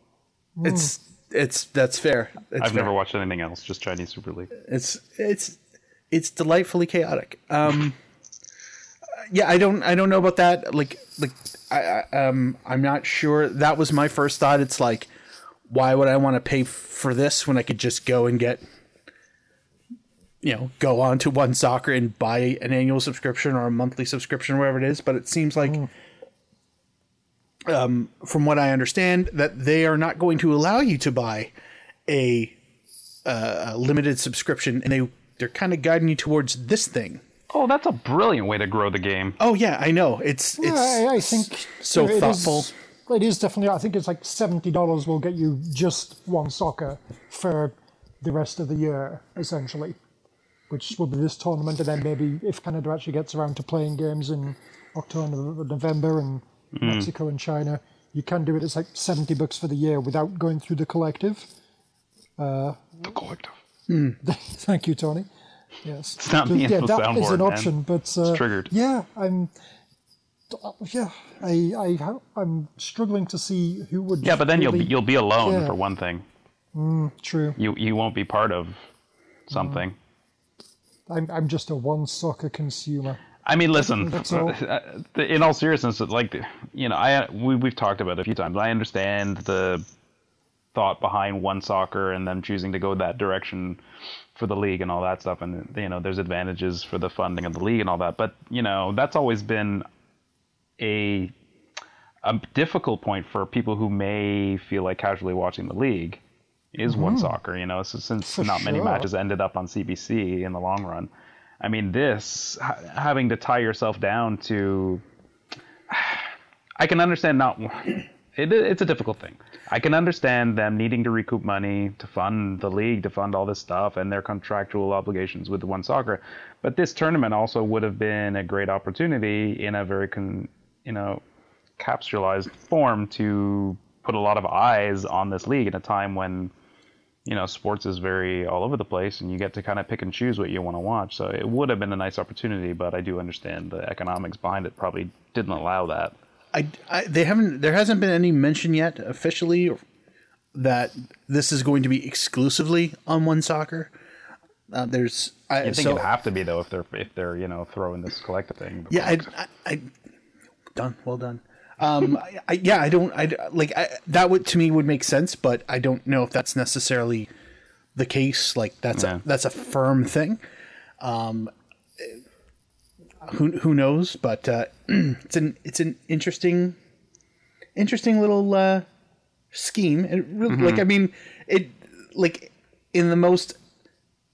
Speaker 2: It's it's that's fair. It's
Speaker 1: I've
Speaker 2: fair.
Speaker 1: never watched anything else, just Chinese Super League.
Speaker 3: Uh,
Speaker 2: it's it's it's delightfully chaotic um yeah i don't i don't know about that like like i, I um i'm not sure that was my first thought it's like why would i want to pay for this when i could just go and get you know go on to one soccer and buy an annual subscription or a monthly subscription whatever it is but it seems like um, from what I understand, that they are not going to allow you to buy a, uh, a limited subscription, and they they're kind of guiding you towards this thing.
Speaker 1: Oh, that's a brilliant way to grow the game.
Speaker 2: Oh yeah, I know. It's it's
Speaker 3: I, I think
Speaker 2: so
Speaker 3: it is-
Speaker 2: thoughtful.
Speaker 3: it is definitely. I think it's like seventy dollars will get you just one soccer for the rest of the year, essentially, which will be this tournament, and then maybe if Canada actually gets around to playing games in October, November, and
Speaker 1: Mm.
Speaker 3: Mexico and China, you can do it. It's like seventy bucks for the year without going through the collective. Uh, Hmm.
Speaker 1: The collective. [laughs]
Speaker 3: Thank you, Tony. Yes,
Speaker 1: It's not me,
Speaker 3: yeah,
Speaker 1: it's the
Speaker 3: that is
Speaker 1: soundboard,
Speaker 3: an
Speaker 1: man.
Speaker 3: option, but uh,
Speaker 1: triggered.
Speaker 3: Yeah, I'm. Yeah, I, I, ha- I'm struggling to see who would.
Speaker 1: Yeah, but then you'll be,
Speaker 3: really-
Speaker 1: you'll be alone
Speaker 3: Yeah.
Speaker 1: for one thing.
Speaker 3: true.
Speaker 1: You you won't be part of something.
Speaker 3: Uh-huh. I'm, I'm just a one soccer consumer.
Speaker 1: I mean, listen.
Speaker 3: That's all.
Speaker 1: [laughs] uh, In all seriousness, it's like you know, I we we've talked about it a few times. I understand the thought behind one soccer and them choosing to go that direction for the league and all that stuff. And you know, there's advantages for the funding of the league and all that. But you know, that's always been a a difficult point for people who may feel like casually watching the league is one soccer. You know, so since
Speaker 3: Mm-hmm. For
Speaker 1: not many
Speaker 3: sure.
Speaker 1: matches ended up on CBC in the long run. I mean, this ha- having to tie yourself down to. [sighs] I can understand not. It, it's a difficult thing. I can understand them needing to recoup money to fund the league, to fund all this stuff, and their contractual obligations with One Soccer. But this tournament also would have been a great opportunity in a very, con, you know, capsulized form to put a lot of eyes on this league at a time when you know sports is very all over the place and you get to kind of pick and choose what you want to watch so it would have been a nice opportunity but i do understand the economics behind it probably didn't allow that
Speaker 2: I, I they haven't there hasn't been any mention yet officially that this is going to be exclusively on one soccer. Uh, there's I,
Speaker 1: i think
Speaker 2: so,
Speaker 1: it'd have to be though if they're if they're you know throwing this collective thing
Speaker 2: yeah I, I, I done well done. Um, [laughs] I, I, yeah, I don't I like I, that would to me would make sense, but I don't know if that's necessarily the case. Like that's
Speaker 1: Yeah.
Speaker 2: a, that's a firm thing. Um, who who knows? But uh, [clears throat] it's an it's an interesting interesting little uh, scheme. It really, Like I mean, it like in the most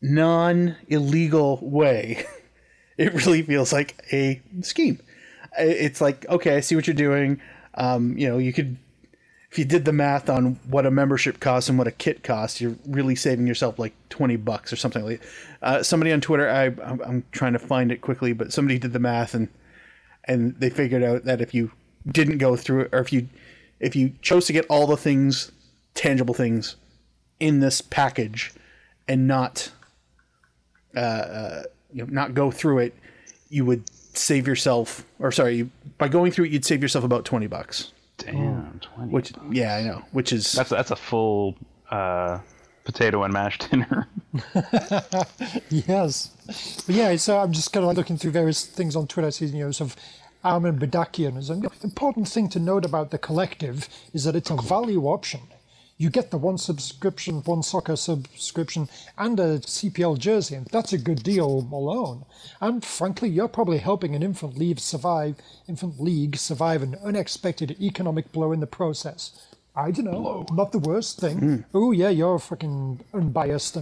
Speaker 2: non illegal way. It really feels like a scheme. I- It's like okay, I see what you're doing. Um, you know, you could if you did the math on what a membership costs and what a kit costs, you're really saving yourself like twenty bucks or something like. Uh, somebody on Twitter, I I'm, I'm trying to find it quickly, but somebody did the math and and they figured out that if you didn't go through it, or if you if you chose to get all the things, tangible things, in this package, and not, uh, uh, you know, not go through it, you would save yourself, or sorry, you, by going through it, you'd save yourself about twenty bucks.
Speaker 1: damn 20
Speaker 2: Which yeah, I know. Which is
Speaker 1: that's that's a full uh potato and mashed
Speaker 2: [laughs]
Speaker 1: dinner
Speaker 3: Yes, but yeah. So I'm just kind of like looking through various things on Twitter. I see you know sort of Armin Badakian. Is an important thing to note about the collective is that it's a value option. You get the one subscription, one soccer subscription, and a CPL jersey, and that's a good deal alone. And frankly, you're probably helping an infant league survive, infant league survive an unexpected economic blow in the process. I don't know, not the worst thing. Oh yeah, you're fucking unbiased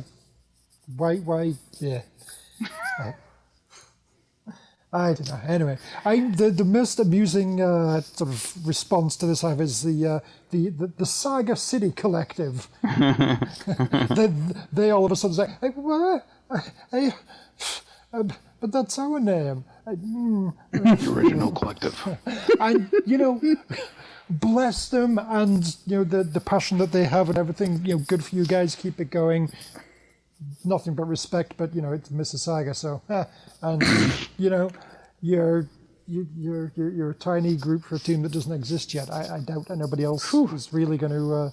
Speaker 3: why why yeah [laughs] I don't know. Anyway, I the, the most amusing uh, sort of response to this I have is the uh, the, the the Saga City Collective. they, they all of a sudden say, "Hey, what? I, I, um, but that's our name." I, mm,
Speaker 1: original collective
Speaker 3: and you know, bless them, and you know the the passion that they have and everything. You know, good for you guys. Keep it going. Nothing but respect, but you know it's Mississauga, so [laughs] huh, and you know you're you, you're you're you're a tiny group for a team that doesn't exist yet. I, I doubt anybody else is really going to. Uh,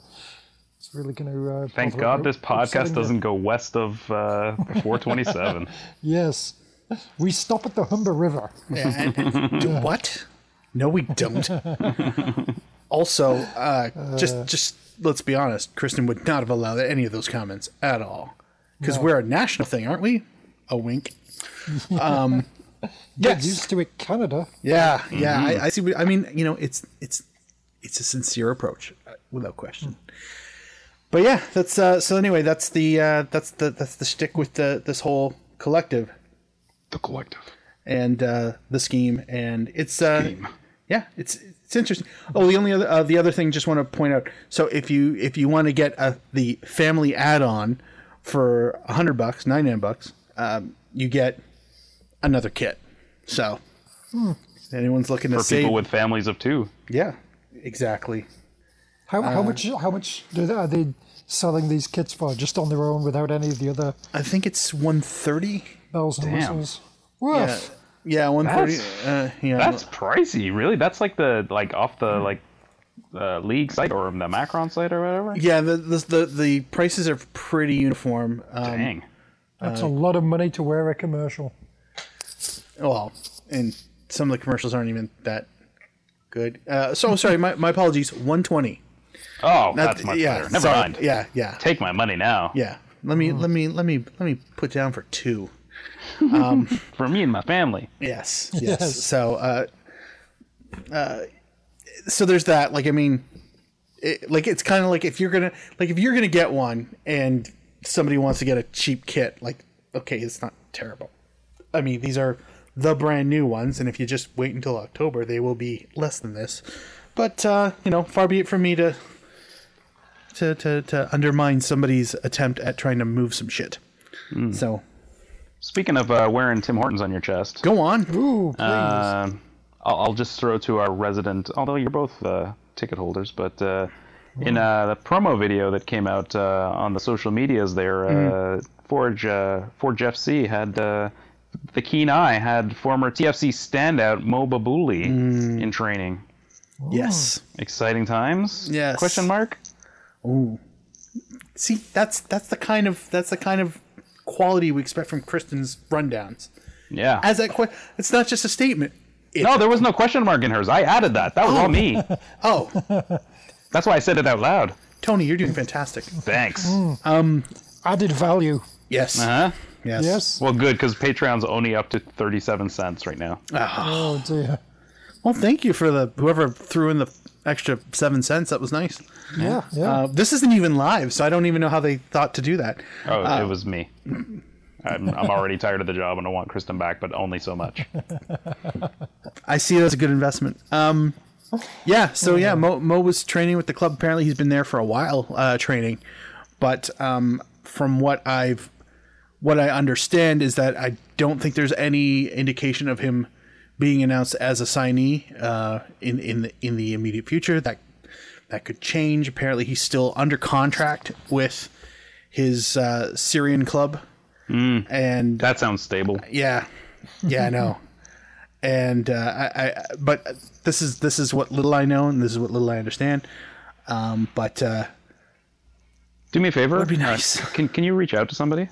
Speaker 3: is really going to. Uh,
Speaker 1: thank
Speaker 3: bother
Speaker 1: god this
Speaker 3: upsetting
Speaker 1: podcast
Speaker 3: you.
Speaker 1: doesn't go west of uh
Speaker 2: [laughs]
Speaker 1: 427
Speaker 3: Yes, we stop at the Humber River.
Speaker 2: [laughs] Do what? No, we don't. also, uh, just just let's be honest. Kristen would not have allowed any of those comments at all because we're a national thing, aren't we? A wink. Um,
Speaker 3: Get
Speaker 2: yes.
Speaker 3: used to it, Canada.
Speaker 2: Yeah. Yeah. I, I see. What, I mean, you know, it's it's it's a sincere approach, uh, without question. But yeah, that's uh, so. Anyway, that's the uh, that's the that's the stick with the this whole collective
Speaker 5: The collective.
Speaker 2: and uh, the scheme, and it's uh, yeah, it's it's interesting. Oh, the only other uh, the other thing, just want to point out. So if you if you want to get uh the family add on for a hundred bucks, ninety nine bucks, um, you get another kit. So if anyone's looking to
Speaker 1: for
Speaker 2: save,
Speaker 1: people with families of two.
Speaker 2: yeah, exactly.
Speaker 3: How,
Speaker 2: Uh,
Speaker 3: how much? How much do they, are they selling these kits for? Just on their own, without any of the other
Speaker 2: I think it's one thirty.
Speaker 3: bells and
Speaker 1: Damn.
Speaker 3: whistles? Woof.
Speaker 2: Yeah, uh, yeah, one thirty.
Speaker 1: That's-
Speaker 2: Uh, yeah,
Speaker 1: That's pricey, really. That's like the like off
Speaker 2: Hmm.
Speaker 1: the like uh, league site or the Macron site or whatever.
Speaker 2: yeah. The, the the the prices are pretty uniform. Um,
Speaker 1: Dang.
Speaker 3: That's a lot of money to wear a commercial.
Speaker 2: well, and some of the commercials aren't even that good. Uh, so sorry, my, my apologies. One twenty.
Speaker 1: Oh, that's much
Speaker 2: yeah,
Speaker 1: better. Never
Speaker 2: sorry.
Speaker 1: mind.
Speaker 2: Yeah, yeah,
Speaker 1: Take my money now.
Speaker 2: yeah. Let me let me let me let me put down for two.
Speaker 1: For me and my family.
Speaker 2: Yes, yes.
Speaker 3: Yes.
Speaker 2: So, uh, uh, so there's that. Like, I mean, it, like it's kind of like if you're gonna like if you're gonna get one and somebody wants to get a cheap kit, like okay, it's not terrible. I mean, these are the brand new ones, and if you just wait until October, they will be less than this. But uh, you know, far be it from me to to to, to undermine somebody's attempt at trying to move some shit. So
Speaker 1: Speaking of uh, wearing Tim Hortons on your chest,
Speaker 2: go on.
Speaker 3: Ooh, please.
Speaker 1: um, I'll, I'll just throw to our resident. Although you're both uh, ticket holders, but uh,
Speaker 2: Mm.
Speaker 1: in uh, the promo video that came out uh, on the social medias, there,
Speaker 2: Mm.
Speaker 1: uh, Forge uh, Forge FC had uh, the keen eye had former TFC standout Mo Babuli
Speaker 2: Mm.
Speaker 1: in training.
Speaker 2: Yes.
Speaker 1: Exciting times?
Speaker 2: Yes.
Speaker 1: Question mark?
Speaker 2: See, that's that's the kind of that's the kind of quality we expect from Kristen's rundowns.
Speaker 1: Yeah.
Speaker 2: As that, que- it's not just a statement. It,
Speaker 1: no, there was no question mark in hers. I added that. That was all me.
Speaker 2: Oh, [laughs]
Speaker 1: That's why I said it out loud.
Speaker 2: Tony, you're doing fantastic.
Speaker 1: Thanks.
Speaker 2: Hmm.
Speaker 3: Added value.
Speaker 2: Yes.
Speaker 1: Huh?
Speaker 2: Yes.
Speaker 3: Yes.
Speaker 1: Well, good because Patreon's only up to thirty-seven cents right now.
Speaker 3: Oh dear.
Speaker 2: Well, thank you for the whoever threw in the extra seven cents. That was nice.
Speaker 3: Yeah. Yeah.
Speaker 2: Uh, this isn't even live, so I don't even know how they thought to do that.
Speaker 1: Oh,
Speaker 2: Uh,
Speaker 1: it was me. I'm, I'm already tired of the job and I want Kristen back, but only so much.
Speaker 2: I see it as a good investment. Um, yeah. So yeah, Mo, Mo was training with the club. Apparently, he's been there for a while uh, training, but um, from what I've what I understand is that I don't think there's any indication of him being announced as a signee uh, in in the, in the immediate future. That that could change. Apparently, he's still under contract with his uh, Syrian club, and
Speaker 1: That sounds stable.
Speaker 2: yeah, yeah,
Speaker 1: [laughs]
Speaker 2: I know. And uh, I, I, but this is this is what little I know, and this is what little I understand. Um, but uh,
Speaker 1: Do me a favor.
Speaker 2: be nice.
Speaker 1: Uh, can Can you reach out to somebody?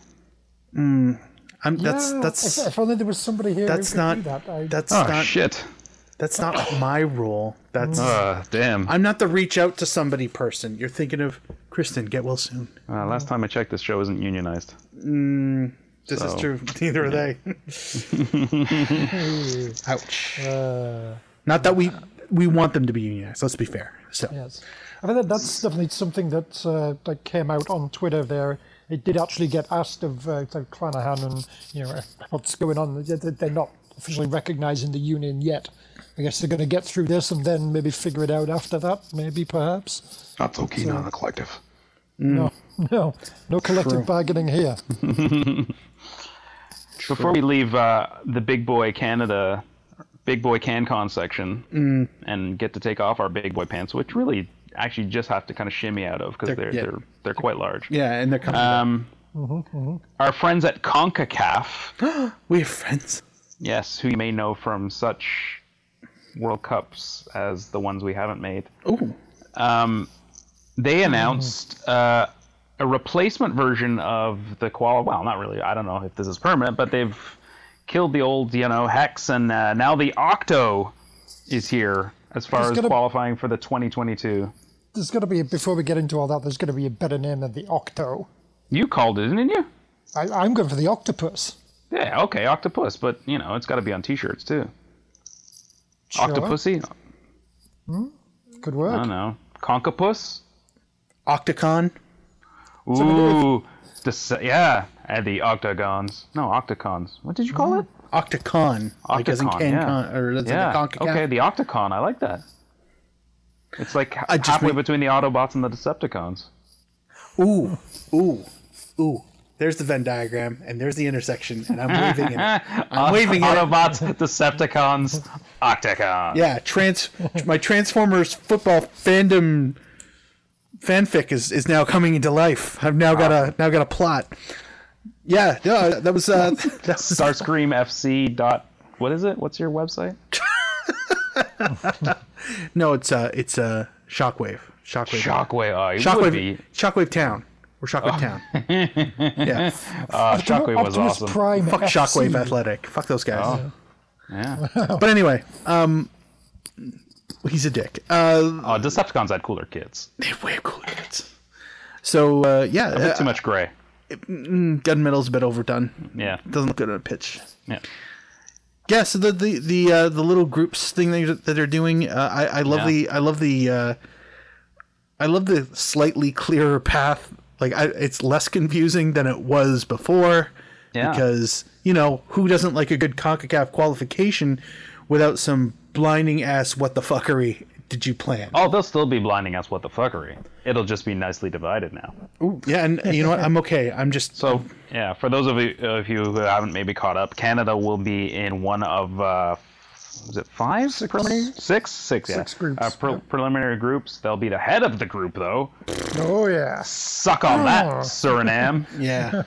Speaker 2: I'm, that's
Speaker 3: Yeah, If,
Speaker 2: that's
Speaker 3: if only there was somebody here. who
Speaker 2: that's
Speaker 3: could
Speaker 2: not
Speaker 3: do that. I-
Speaker 2: that's
Speaker 1: Oh
Speaker 2: not
Speaker 1: shit.
Speaker 2: that's not my role. That's
Speaker 1: Uh, damn.
Speaker 2: I'm not the reach out to somebody person. You're thinking of Kristen. Get well soon.
Speaker 1: Uh, last time I checked, this show isn't unionized.
Speaker 2: This is
Speaker 1: So,
Speaker 2: true. [laughs] Neither are they. [laughs] Ouch.
Speaker 3: Uh,
Speaker 2: not that we we want them to be unionized. Let's be fair. So
Speaker 3: Yes, I think that that's definitely something that uh, that came out on Twitter. There, it did actually get asked of uh, like Clanahan and you know what's going on. They- they- They're not officially recognizing the union yet. I guess they're going to get through this and then maybe figure it out after that. Maybe perhaps
Speaker 5: Not so keen on the collective.
Speaker 1: Hmm.
Speaker 3: no, [laughs] no, no collective bargaining here.
Speaker 1: Before we leave uh, the Big Boy Canada, Big Boy CanCon section,
Speaker 2: Mm.
Speaker 1: and get to take off our Big Boy pants, which really actually just have to kind of shimmy out of because they're they're,
Speaker 2: yeah.
Speaker 1: they're quite large.
Speaker 2: yeah, and they're coming.
Speaker 1: Um, Our friends at CONCACAF,
Speaker 2: we have friends.
Speaker 1: yes, who you may know from such World Cups as the ones we haven't made.
Speaker 2: Ooh.
Speaker 1: Um, they
Speaker 3: Mm-hmm.
Speaker 1: announced uh, a replacement version of the qual. Well, not really. I don't know if this is permanent, but they've killed the old, you know, hex, and uh, now the Octo is here as far
Speaker 3: It's
Speaker 1: as
Speaker 3: gonna-
Speaker 1: qualifying for the 2022.
Speaker 3: There's got to be before we get into all that. There's got to be a better name than the Octo.
Speaker 1: You called it, didn't you?
Speaker 3: I, I'm going for the Octopus.
Speaker 1: Yeah, okay, octopus, but you know, it's got to be on T-shirts too.
Speaker 3: Sure.
Speaker 1: Octopussy.
Speaker 3: Could
Speaker 1: I don't
Speaker 3: work.
Speaker 1: know. Conkapus?
Speaker 2: Octacon.
Speaker 1: Ooh. The, se- yeah, and the octagons. No, octacons. What did you call it?
Speaker 2: Octacon.
Speaker 1: Octacon.
Speaker 2: like as in Can
Speaker 1: yeah.
Speaker 2: Con, or as
Speaker 1: yeah.
Speaker 2: in CONCACAF.
Speaker 1: okay, the octacon. I like that. It's like ha-
Speaker 2: I just
Speaker 1: halfway
Speaker 2: re-
Speaker 1: between the Autobots and the Decepticons.
Speaker 2: Ooh, ooh, ooh. There's the Venn diagram, and there's the intersection, and I'm waving
Speaker 1: [laughs]
Speaker 2: in it. I'm waving at it.
Speaker 1: Autobots, [laughs] Decepticons, Octacon.
Speaker 2: Yeah, trans. My Transformers football fandom fanfic is, is now coming into life. I've now got a now got a plot. Yeah, no, that was uh, that was
Speaker 1: Starscream FC dot. What is it? What's your website?
Speaker 2: [laughs] no, it's uh, it's uh, Shockwave, Shockwave,
Speaker 1: Shockwave. Oh, it would
Speaker 2: Shockwave,
Speaker 1: be. Oh.
Speaker 2: Shockwave Town. We're Shockwave Town.
Speaker 1: [laughs]
Speaker 2: yeah,
Speaker 1: Uh, Shockwave was
Speaker 3: Optimus
Speaker 1: awesome.
Speaker 3: Prime
Speaker 2: fuck
Speaker 3: FC.
Speaker 2: Shockwave Athletic. Fuck those guys.
Speaker 1: Yeah.
Speaker 2: [laughs] But anyway, um, he's a dick. Uh,
Speaker 1: Oh, Decepticons had cooler kids.
Speaker 2: they have way cooler kids. So uh, yeah,
Speaker 1: A bit
Speaker 2: uh,
Speaker 1: too much gray.
Speaker 2: gunmetal's a bit overdone.
Speaker 1: Yeah.
Speaker 2: Doesn't look good on a pitch.
Speaker 1: Yeah.
Speaker 2: Yeah, so the the the, uh, the little groups thing that, you're- that they're doing, uh, I I love
Speaker 1: Yeah.
Speaker 2: the I love the uh, I love the slightly clearer path. Like I, it's less confusing than it was before.
Speaker 1: Yeah.
Speaker 2: Because you know who doesn't like a good Concacaf qualification without some blinding ass what the fuckery did you plan?
Speaker 1: Oh, they'll still be blinding us what the fuckery. It'll just be nicely divided now.
Speaker 2: Yeah, and you know what? I'm okay. I'm just
Speaker 1: So, yeah, for those of you, of you who haven't maybe caught up, Canada will be in one of, uh, was it five? Six. Preliminary? Six? Six, yeah.
Speaker 3: Six groups,
Speaker 1: Uh, pre-
Speaker 3: yeah.
Speaker 1: Preliminary groups. They'll be the head of the group, though.
Speaker 3: Oh yeah.
Speaker 1: Suck on that,
Speaker 3: Oh. [laughs]
Speaker 1: Suriname.
Speaker 2: yeah.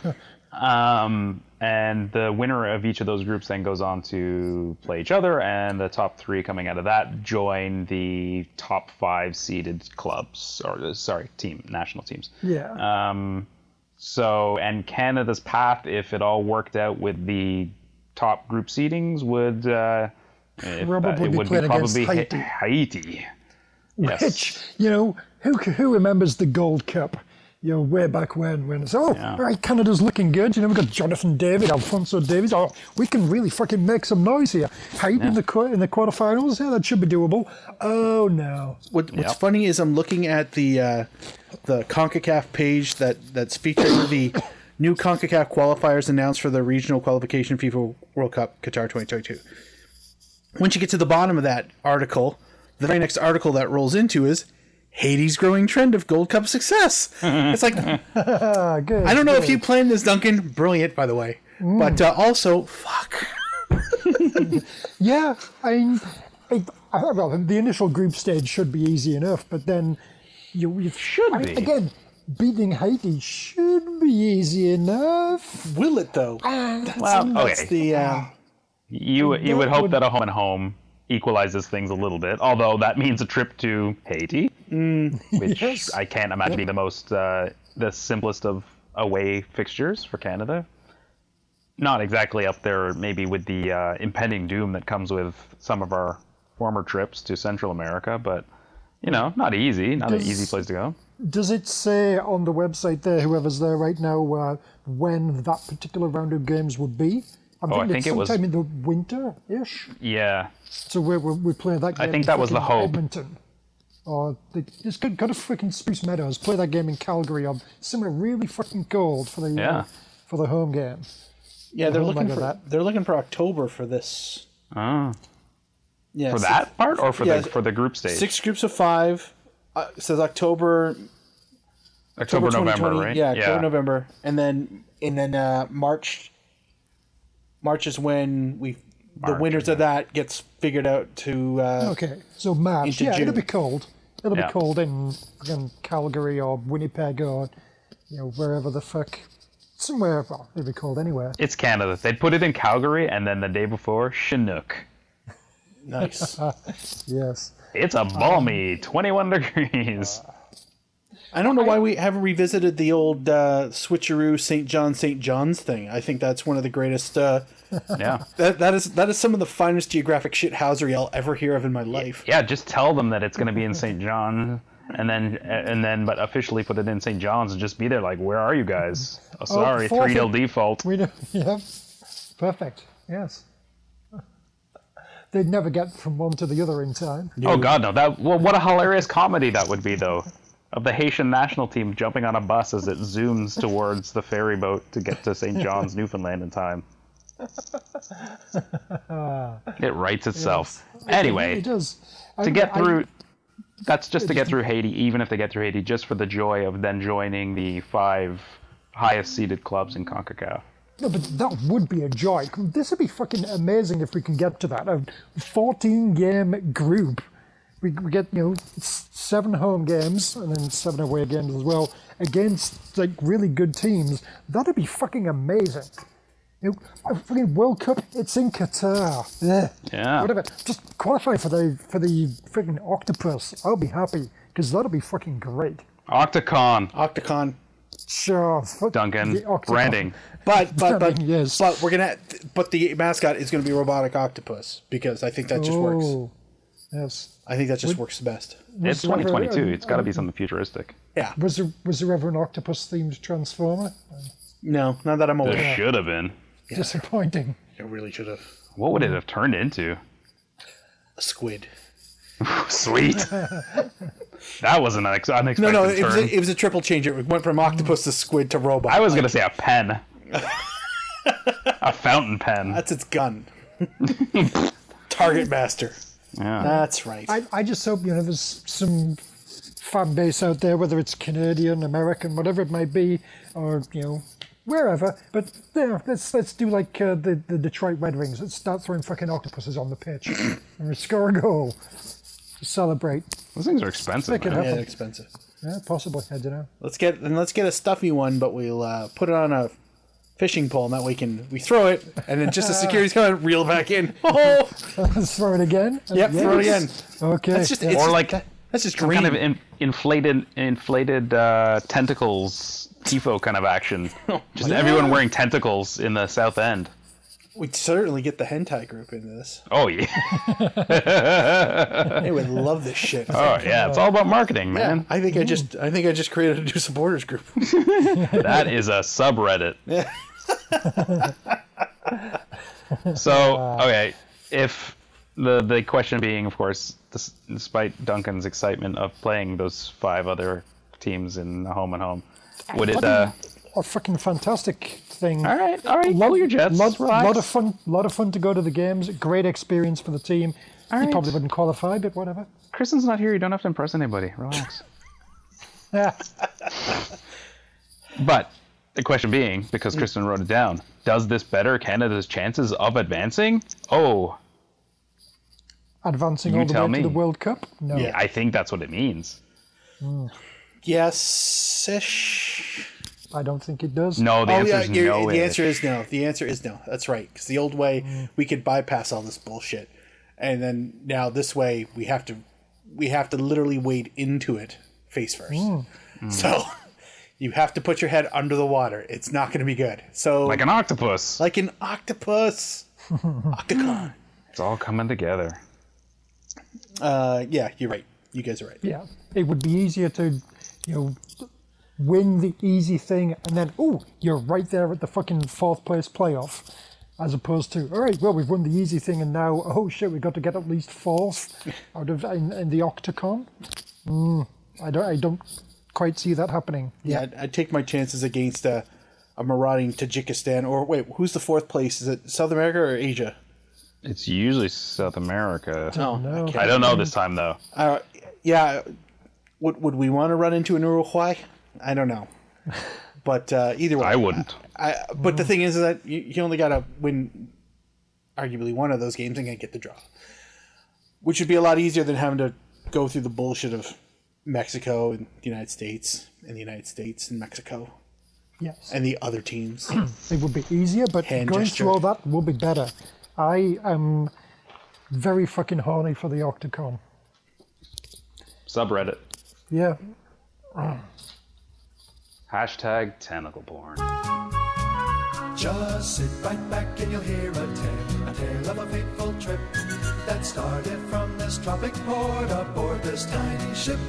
Speaker 1: Um, and the winner of each of those groups then goes on to play each other, and the top three coming out of that join the top five seeded clubs, or uh, sorry, team national teams.
Speaker 3: Yeah.
Speaker 1: Um, so, and Canada's path, if it all worked out with the top group seedings, would uh, if,
Speaker 3: Probably
Speaker 1: it
Speaker 3: be
Speaker 1: would
Speaker 3: played
Speaker 1: be
Speaker 3: against
Speaker 1: probably
Speaker 3: Haiti.
Speaker 1: Ha- Haiti. Yes.
Speaker 3: Which you know who c- who remembers the Gold Cup? You know, way back when when it's oh
Speaker 1: Yeah.
Speaker 3: right, Canada's looking good. You know, we've got Jonathan David, Alfonso Davies. Oh, we can really fucking make some noise here. Haiti in the qu- in the quarterfinals. Yeah, that should be doable. Oh no.
Speaker 2: What, what's
Speaker 1: Yep.
Speaker 2: funny is I'm looking at the uh, the Concacaf page that that's featuring the new Concacaf qualifiers announced for the regional qualification FIFA World Cup Qatar 2022. Once you get to the bottom of that article, the very next article that rolls into is Haiti's growing trend of Gold
Speaker 1: [laughs]
Speaker 2: Cup success. It's like
Speaker 3: Ah, [laughs] good. Mm.
Speaker 2: I don't know if you planned this, Duncan. Brilliant, by the way, but uh, also fuck.
Speaker 3: Yeah, I mean, I, I, well, the initial group stage should be easy enough, but then you, you should
Speaker 1: be.
Speaker 3: again. Beating Haiti should be easy enough.
Speaker 2: Will it though?
Speaker 1: Well,
Speaker 2: That's
Speaker 1: okay.
Speaker 2: the uh,
Speaker 1: You you would
Speaker 3: that
Speaker 1: hope
Speaker 3: would-
Speaker 1: that a home and home equalizes things a little bit, although that means a trip to Haiti, which
Speaker 3: Yes.
Speaker 1: I can't imagine being the most uh, the simplest of away fixtures for Canada. Not exactly up there, maybe with the uh, impending doom that comes with some of our former trips to Central America, but you know, not easy, not an
Speaker 3: Does-
Speaker 1: easy place to go.
Speaker 3: Does it say on the website there, whoever's there right now, uh, when that particular round of games would be? I'm
Speaker 1: Oh, I
Speaker 3: thinking it's
Speaker 1: think it was-
Speaker 3: sometime in the winter ish.
Speaker 1: Yeah,
Speaker 3: So we're, we're, we're playing that
Speaker 1: I
Speaker 3: game.
Speaker 1: think
Speaker 3: in
Speaker 1: that was the
Speaker 3: fucking
Speaker 1: hope.
Speaker 3: Edmonton. Oh, Or the, it's good, go to freaking Spruce Meadows, play that game in Calgary, or somewhere really fucking cold for the
Speaker 1: Yeah.
Speaker 3: uh, for the home game.
Speaker 2: yeah. They're
Speaker 3: Oh my
Speaker 2: looking
Speaker 3: God,
Speaker 2: for
Speaker 3: that-
Speaker 2: they're looking for October for this.
Speaker 1: oh,
Speaker 2: Yeah,
Speaker 1: for
Speaker 2: so-
Speaker 1: that part or for
Speaker 2: yeah,
Speaker 1: the for the group stage,
Speaker 2: six groups of five. Uh, it says October,
Speaker 1: October, November,
Speaker 2: 2020.
Speaker 1: right?
Speaker 2: Yeah, October, November, and then and then uh, March. March is when we the
Speaker 1: March,
Speaker 2: winners of that gets figured out to. Uh,
Speaker 3: Okay, so March.
Speaker 2: Into
Speaker 3: yeah,
Speaker 2: June.
Speaker 3: it'll be cold. It'll
Speaker 1: Yeah.
Speaker 3: be cold in, in Calgary or Winnipeg or you know wherever the fuck, somewhere. Well, it'll be cold anywhere.
Speaker 1: It's Canada. They'd put it in Calgary, and then the day before, Chinook.
Speaker 2: Nice.
Speaker 3: Yes.
Speaker 1: It's a balmy 21
Speaker 3: [laughs]
Speaker 1: degrees.
Speaker 2: I don't know why we haven't revisited the old uh, switcheroo St. John St. John's thing. I think that's one of the greatest. Uh,
Speaker 1: Yeah.
Speaker 2: that that is that is some of the finest geographic shithousery I'll ever hear of in my life.
Speaker 1: Yeah, just tell them that it's going to be in St. John and then and then but officially put it in St. John's and just be there like, "Where are you guys?" Oh, sorry,
Speaker 3: forfeit.
Speaker 1: 3
Speaker 3: [laughs]
Speaker 1: nil default.
Speaker 3: We know. Yep. Perfect. Yes. they'd never get from one to the other in time.
Speaker 1: Oh God, no! That well, what a hilarious comedy that would be, though, of the Haitian national team jumping on a bus as it zooms towards the ferry boat to get to St.
Speaker 3: [laughs]
Speaker 1: John's, Newfoundland, in time. It writes itself. Anyway,
Speaker 3: It does.
Speaker 1: to get through, that's just to get through Haiti. Even if they get through Haiti, just for the joy of then joining the five highest seeded clubs in Concacaf.
Speaker 3: No, but that would be a joy. This would be fucking amazing if we can get to that. A 14 game group. We, we get, you know, s- seven home games and then seven away games as well against, like, really good teams. That'd be fucking amazing. You know, a fucking World Cup, it's in Qatar. Yeah.
Speaker 1: Yeah.
Speaker 3: Whatever. Just qualify for the for the freaking octopus. I'll be happy because that'll be fucking great.
Speaker 1: Octacon,
Speaker 2: Octacon.
Speaker 3: Sure. fuck
Speaker 1: Duncan,
Speaker 3: the Octopus.
Speaker 1: branding.
Speaker 2: But
Speaker 3: [laughs]
Speaker 2: but but
Speaker 3: Yes.
Speaker 2: but we're gonna but the mascot is gonna be robotic octopus because I think that just works.
Speaker 3: Oh, Yes.
Speaker 2: I think that just works the best.
Speaker 1: It's
Speaker 3: Whatsoever,
Speaker 1: 2022.
Speaker 3: um,
Speaker 1: It's got to be something futuristic.
Speaker 2: Yeah.
Speaker 3: Was there was there ever an octopus themed transformer?
Speaker 2: No, not that I'm aware.
Speaker 1: There should have been.
Speaker 3: Disappointing.
Speaker 2: I really should have
Speaker 1: What would it have turned into?
Speaker 2: a squid. [laughs]
Speaker 1: Sweet. that was an unex-
Speaker 2: No,
Speaker 1: unexpected
Speaker 2: no, it was,
Speaker 1: turn.
Speaker 2: a, it was a triple change. It went from octopus to squid to robot.
Speaker 1: I was gonna say a
Speaker 2: [laughs]
Speaker 1: pen, a fountain pen.
Speaker 2: That's its gun. Target master. That's right.
Speaker 3: I, I just hope you know there's some fan base out there, whether it's Canadian, American, whatever it might be, or you know wherever. But there, let's let's do like uh, the the Detroit Red Wings. Let's start throwing fucking octopuses on the pitch
Speaker 2: [coughs]
Speaker 3: and we score a goal to celebrate.
Speaker 1: Those things are expensive.
Speaker 3: Pick it
Speaker 1: man.
Speaker 3: up.
Speaker 2: yeah, they're expensive.
Speaker 3: Yeah, possibly. I don't know. [laughs]
Speaker 2: Let's get and let's get a stuffy one, but we'll uh, put it on a fishing pole, and that way we can we throw it, and then
Speaker 3: [laughs]
Speaker 2: just as security's coming, reel it back in. [laughs] Oh,
Speaker 3: let's throw it again.
Speaker 2: yep, throw it again.
Speaker 3: Okay.
Speaker 2: That's just it's
Speaker 1: Or
Speaker 2: just-
Speaker 1: like
Speaker 2: that- that's just
Speaker 1: Some
Speaker 2: green.
Speaker 1: kind of in- inflated, inflated uh, tentacles, tifo kind of [laughs] action. Just everyone wearing tentacles in the south end.
Speaker 2: We'd certainly get the hentai group into this.
Speaker 1: Oh yeah,
Speaker 2: They would love this shit.
Speaker 1: [laughs] [laughs] oh yeah. It's all about marketing, man.
Speaker 2: I think I just I think I just created a new supporters
Speaker 1: [laughs]
Speaker 2: group.
Speaker 1: That is a [laughs] subreddit. so okay, if the the question being, of course, dis- despite Duncan's excitement of playing those five other teams in the home and home, would it? Uh,
Speaker 3: a fucking fantastic thing.
Speaker 1: all right, all right, cool your jets.
Speaker 3: Lot,
Speaker 1: relax.
Speaker 3: lot of fun. Lot of fun to go to the games. Great experience for the team.
Speaker 1: All
Speaker 3: he
Speaker 1: right.
Speaker 3: probably wouldn't qualify, but whatever. [laughs]
Speaker 1: Kristen's not here. You don't have to impress anybody.
Speaker 2: [laughs]
Speaker 1: Relax.
Speaker 3: Yeah.
Speaker 1: But the question being, because Kristen wrote it down, does this better Canada's chances of advancing? Oh,
Speaker 3: Advancing
Speaker 1: You
Speaker 3: all the
Speaker 1: tell
Speaker 3: way to the
Speaker 1: me.
Speaker 3: World Cup. No.
Speaker 2: Yeah.
Speaker 1: I think that's what it means.
Speaker 2: yes ish.
Speaker 3: I don't think it does.
Speaker 1: No, the
Speaker 2: Oh
Speaker 1: answer
Speaker 2: yeah,
Speaker 1: is
Speaker 2: you're-
Speaker 1: no.
Speaker 2: the
Speaker 1: it-
Speaker 2: answer is no. The answer is no. That's right. Because the old way we could bypass all this bullshit, and then now this way we have to we have to literally wade into it face first.
Speaker 1: Mm.
Speaker 2: So [laughs] you have to put your head under the water. It's not going to be good. So
Speaker 1: like an octopus.
Speaker 2: like an [laughs] octopus, octagon.
Speaker 1: It's all coming together.
Speaker 2: Uh, yeah, you're right. You guys are right.
Speaker 3: Yeah. It would be easier to, you know, win the easy thing and then oh, you're right there at the fucking fourth place playoff. As opposed to, all right, well, we've won the easy thing, and now, oh shit, we've got to get at least fourth out of in, in the octacon. Mm, I don't, I don't quite see that happening.
Speaker 2: Yeah, I'd, I'd take my chances against a, a marauding Tajikistan. Or wait, who's the fourth place? Is it South America or Asia?
Speaker 1: It's usually South America.
Speaker 2: no.
Speaker 1: I don't know this time though.
Speaker 2: Uh, yeah, would would we want to run into an Uruguay? I don't know, but uh, either way,
Speaker 1: I wouldn't.
Speaker 2: I, but the thing is that you, you only got to win, arguably one of those games and get the draw, which would be a lot easier than having to go through the bullshit of Mexico and the United States and the United States and Mexico
Speaker 3: Yes.
Speaker 2: and the other teams.
Speaker 3: it would be easier, but
Speaker 2: Hand
Speaker 3: going
Speaker 2: gesture.
Speaker 3: through all that will be better. I am very fucking horny for the Octacon.
Speaker 1: Subreddit.
Speaker 3: Yeah,
Speaker 1: Hashtag tentacle porn.
Speaker 6: Just sit right back and you'll hear a tale, a tale of a fateful trip that started from this tropic port aboard this tiny ship.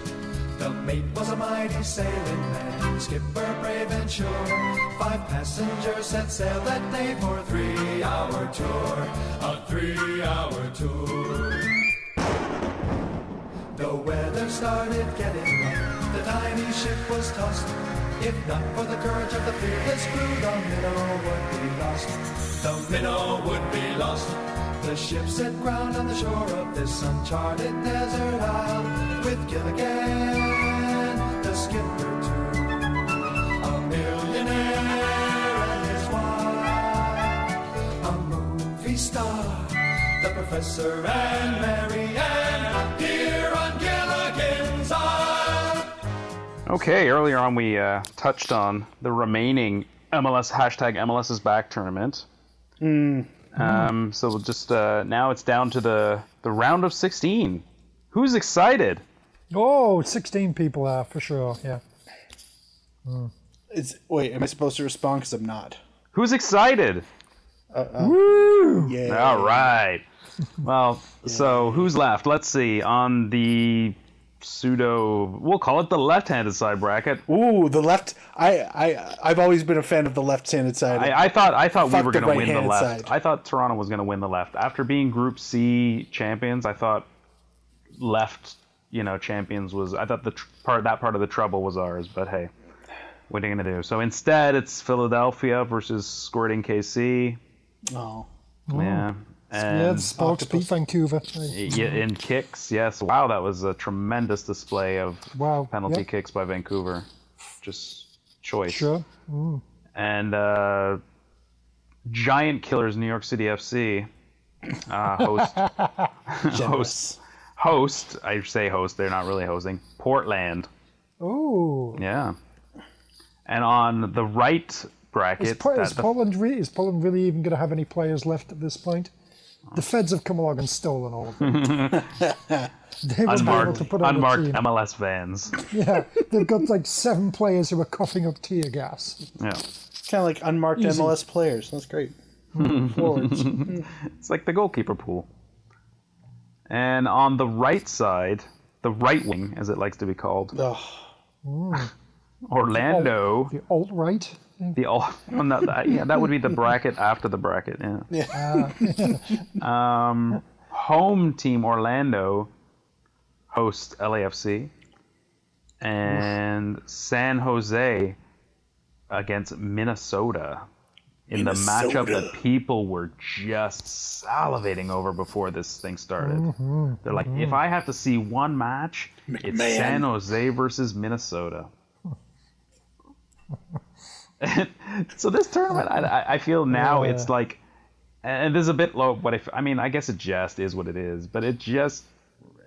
Speaker 6: The mate was a mighty sailing man, skipper brave and sure, Five passengers set sail that day for a three-hour tour. A three-hour tour. The weather started getting rough. The tiny ship was tossed. If not for the courage of the fearless crew, the minnow would be lost. The minnow would be lost. The ship set ground on the shore of this uncharted desert isle with Gilligan, the skipper too, a millionaire and his wife, a movie star, the professor and Mary Ann here on Gilligan's Isle.
Speaker 1: Okay, earlier on we uh, touched on the remaining MLS hashtag MLS is back tournament. Um, so we'll just uh, now it's down to the the round of 16. Who's excited?
Speaker 3: Oh, 16 people are for sure. Yeah.
Speaker 2: It's, wait, am I supposed to respond? Because I'm not.
Speaker 1: Who's excited?
Speaker 3: Woo!
Speaker 2: Yeah.
Speaker 1: All right. Well, so who's left? Let's see. On the pseudo, we'll call it the left-handed side bracket.
Speaker 2: Ooh, the left. I I I've always been a fan of the left-handed side.
Speaker 1: I, I thought I thought we
Speaker 2: Fuck
Speaker 1: were
Speaker 2: the
Speaker 1: going to win the
Speaker 2: right-handed
Speaker 1: left.
Speaker 2: side.
Speaker 1: I thought Toronto was going to win the left after being Group C champions. I thought left, you know, champions was. I thought the tr- part that part of the trouble was ours. But hey, what are you going to do? So instead, it's Philadelphia versus Squirting KC.
Speaker 2: oh.
Speaker 1: Yeah. And,
Speaker 3: Yeah, the Sparks beat Vancouver. Hey,
Speaker 1: Yeah, in kicks, yes. Wow, that was a tremendous display of
Speaker 3: Wow,
Speaker 1: penalty
Speaker 3: yep.
Speaker 1: kicks by Vancouver. Just choice.
Speaker 3: Sure.
Speaker 1: And uh, Giant Killers New York City FC uh, host
Speaker 2: Generous.
Speaker 1: host I say host, they're not really hosting Portland.
Speaker 3: Oh.
Speaker 1: Yeah. And on the right bracket,
Speaker 3: Is, Po-
Speaker 1: that
Speaker 3: is
Speaker 1: the-
Speaker 3: Poland re- is Poland really even going to have any players left at this point? The Feds have come along and stolen all
Speaker 1: [laughs]
Speaker 3: of them. they won't be able
Speaker 1: unmarked,
Speaker 3: to put on
Speaker 1: unmarked
Speaker 3: a team.
Speaker 1: MLS vans.
Speaker 3: Yeah, they've got like seven players who are coughing up tear gas.
Speaker 1: Yeah.
Speaker 2: It's kind of like unmarked
Speaker 3: Easy.
Speaker 2: MLS players. That's great. Forwards.
Speaker 1: It's like the goalkeeper pool. And on the right side, the right wing, as it likes to be called,
Speaker 2: Ugh.
Speaker 3: Oh,
Speaker 1: Orlando.
Speaker 3: The alt right.
Speaker 1: The all, [laughs] well, not that, yeah, that would be the bracket after the bracket. Yeah. um, home team Orlando hosts LAFC, and San Jose against Minnesota in the matchup
Speaker 2: Minnesota.
Speaker 1: that people were just salivating over before this thing started. They're like,
Speaker 3: Mm.
Speaker 1: if I have to see one match, it's
Speaker 2: McMahon.
Speaker 1: San Jose versus Minnesota. [laughs] so this tournament, I, I- I feel now it's like, and this is a bit low. But if I mean, I guess it just is what it is. But it just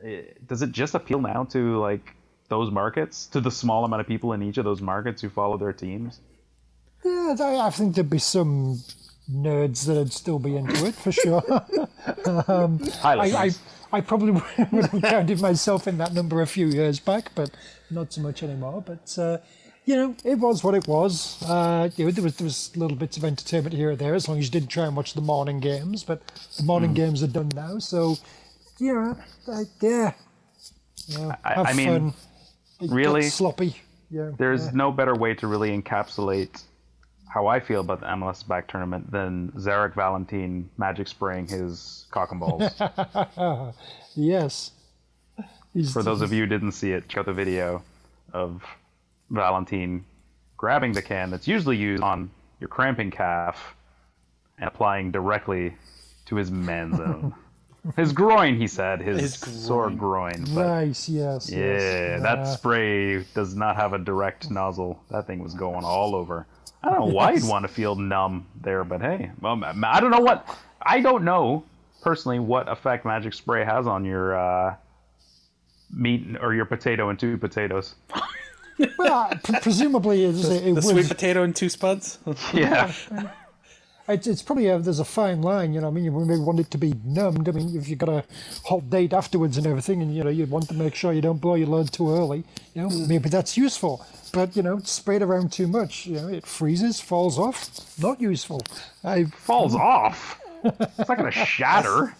Speaker 1: it, does it just appeal now to like those markets, to the small amount of people in each of those markets who follow their teams.
Speaker 3: Yeah, I, I think there'd be some nerds that'd still be into it
Speaker 1: [laughs]
Speaker 3: for sure.
Speaker 1: Hi,
Speaker 3: I, I,
Speaker 1: listeners.
Speaker 3: I probably [laughs] would have counted myself in that number a few years back, but not so much anymore. But uh, you know, it was what it was. Uh, you know, there was there was little bits of entertainment here or there, as long as you didn't try and watch the morning games. But the morning
Speaker 1: Mm.
Speaker 3: games are done now, so yeah, I, yeah. yeah
Speaker 1: I-
Speaker 3: have
Speaker 1: I mean,
Speaker 3: fun. It got
Speaker 1: really,
Speaker 3: sloppy. Yeah,
Speaker 1: There's
Speaker 3: yeah.
Speaker 1: no better way to really encapsulate how I feel about the MLS back tournament than Zarek Valentin magic spraying his cock and balls.
Speaker 3: yes. He's-
Speaker 1: For those of you who didn't see it, check out the video of Valentine grabbing the can that's usually used on your cramping calf and applying directly to his man zone. his groin, he said, his,
Speaker 2: His
Speaker 1: sore groin. But
Speaker 3: nice, yes,
Speaker 1: yeah,
Speaker 3: yes.
Speaker 1: that
Speaker 3: Uh,
Speaker 1: spray does not have a direct nozzle. That thing was going all over. I don't know why you'd
Speaker 3: Yes.
Speaker 1: want to feel numb there, but hey, um, I don't know what I don't know personally what effect magic spray has on your uh, meat or your potato and two potatoes.
Speaker 3: well, pre- presumably, it, it,
Speaker 2: The
Speaker 3: would.
Speaker 2: sweet potato and two spuds. [laughs]
Speaker 1: Yeah,
Speaker 3: It's, it's probably a, there's a fine line, you know. I mean, you may want it to be numbed. I mean, if you've got a hot date afterwards and everything, and you know, you want to make sure you don't blow your load too early. You know,
Speaker 2: Mm.
Speaker 3: maybe that's useful. But you know, sprayed around too much, you know, it freezes, falls off. Not useful. I,
Speaker 1: [laughs] falls off. It's not gonna shatter.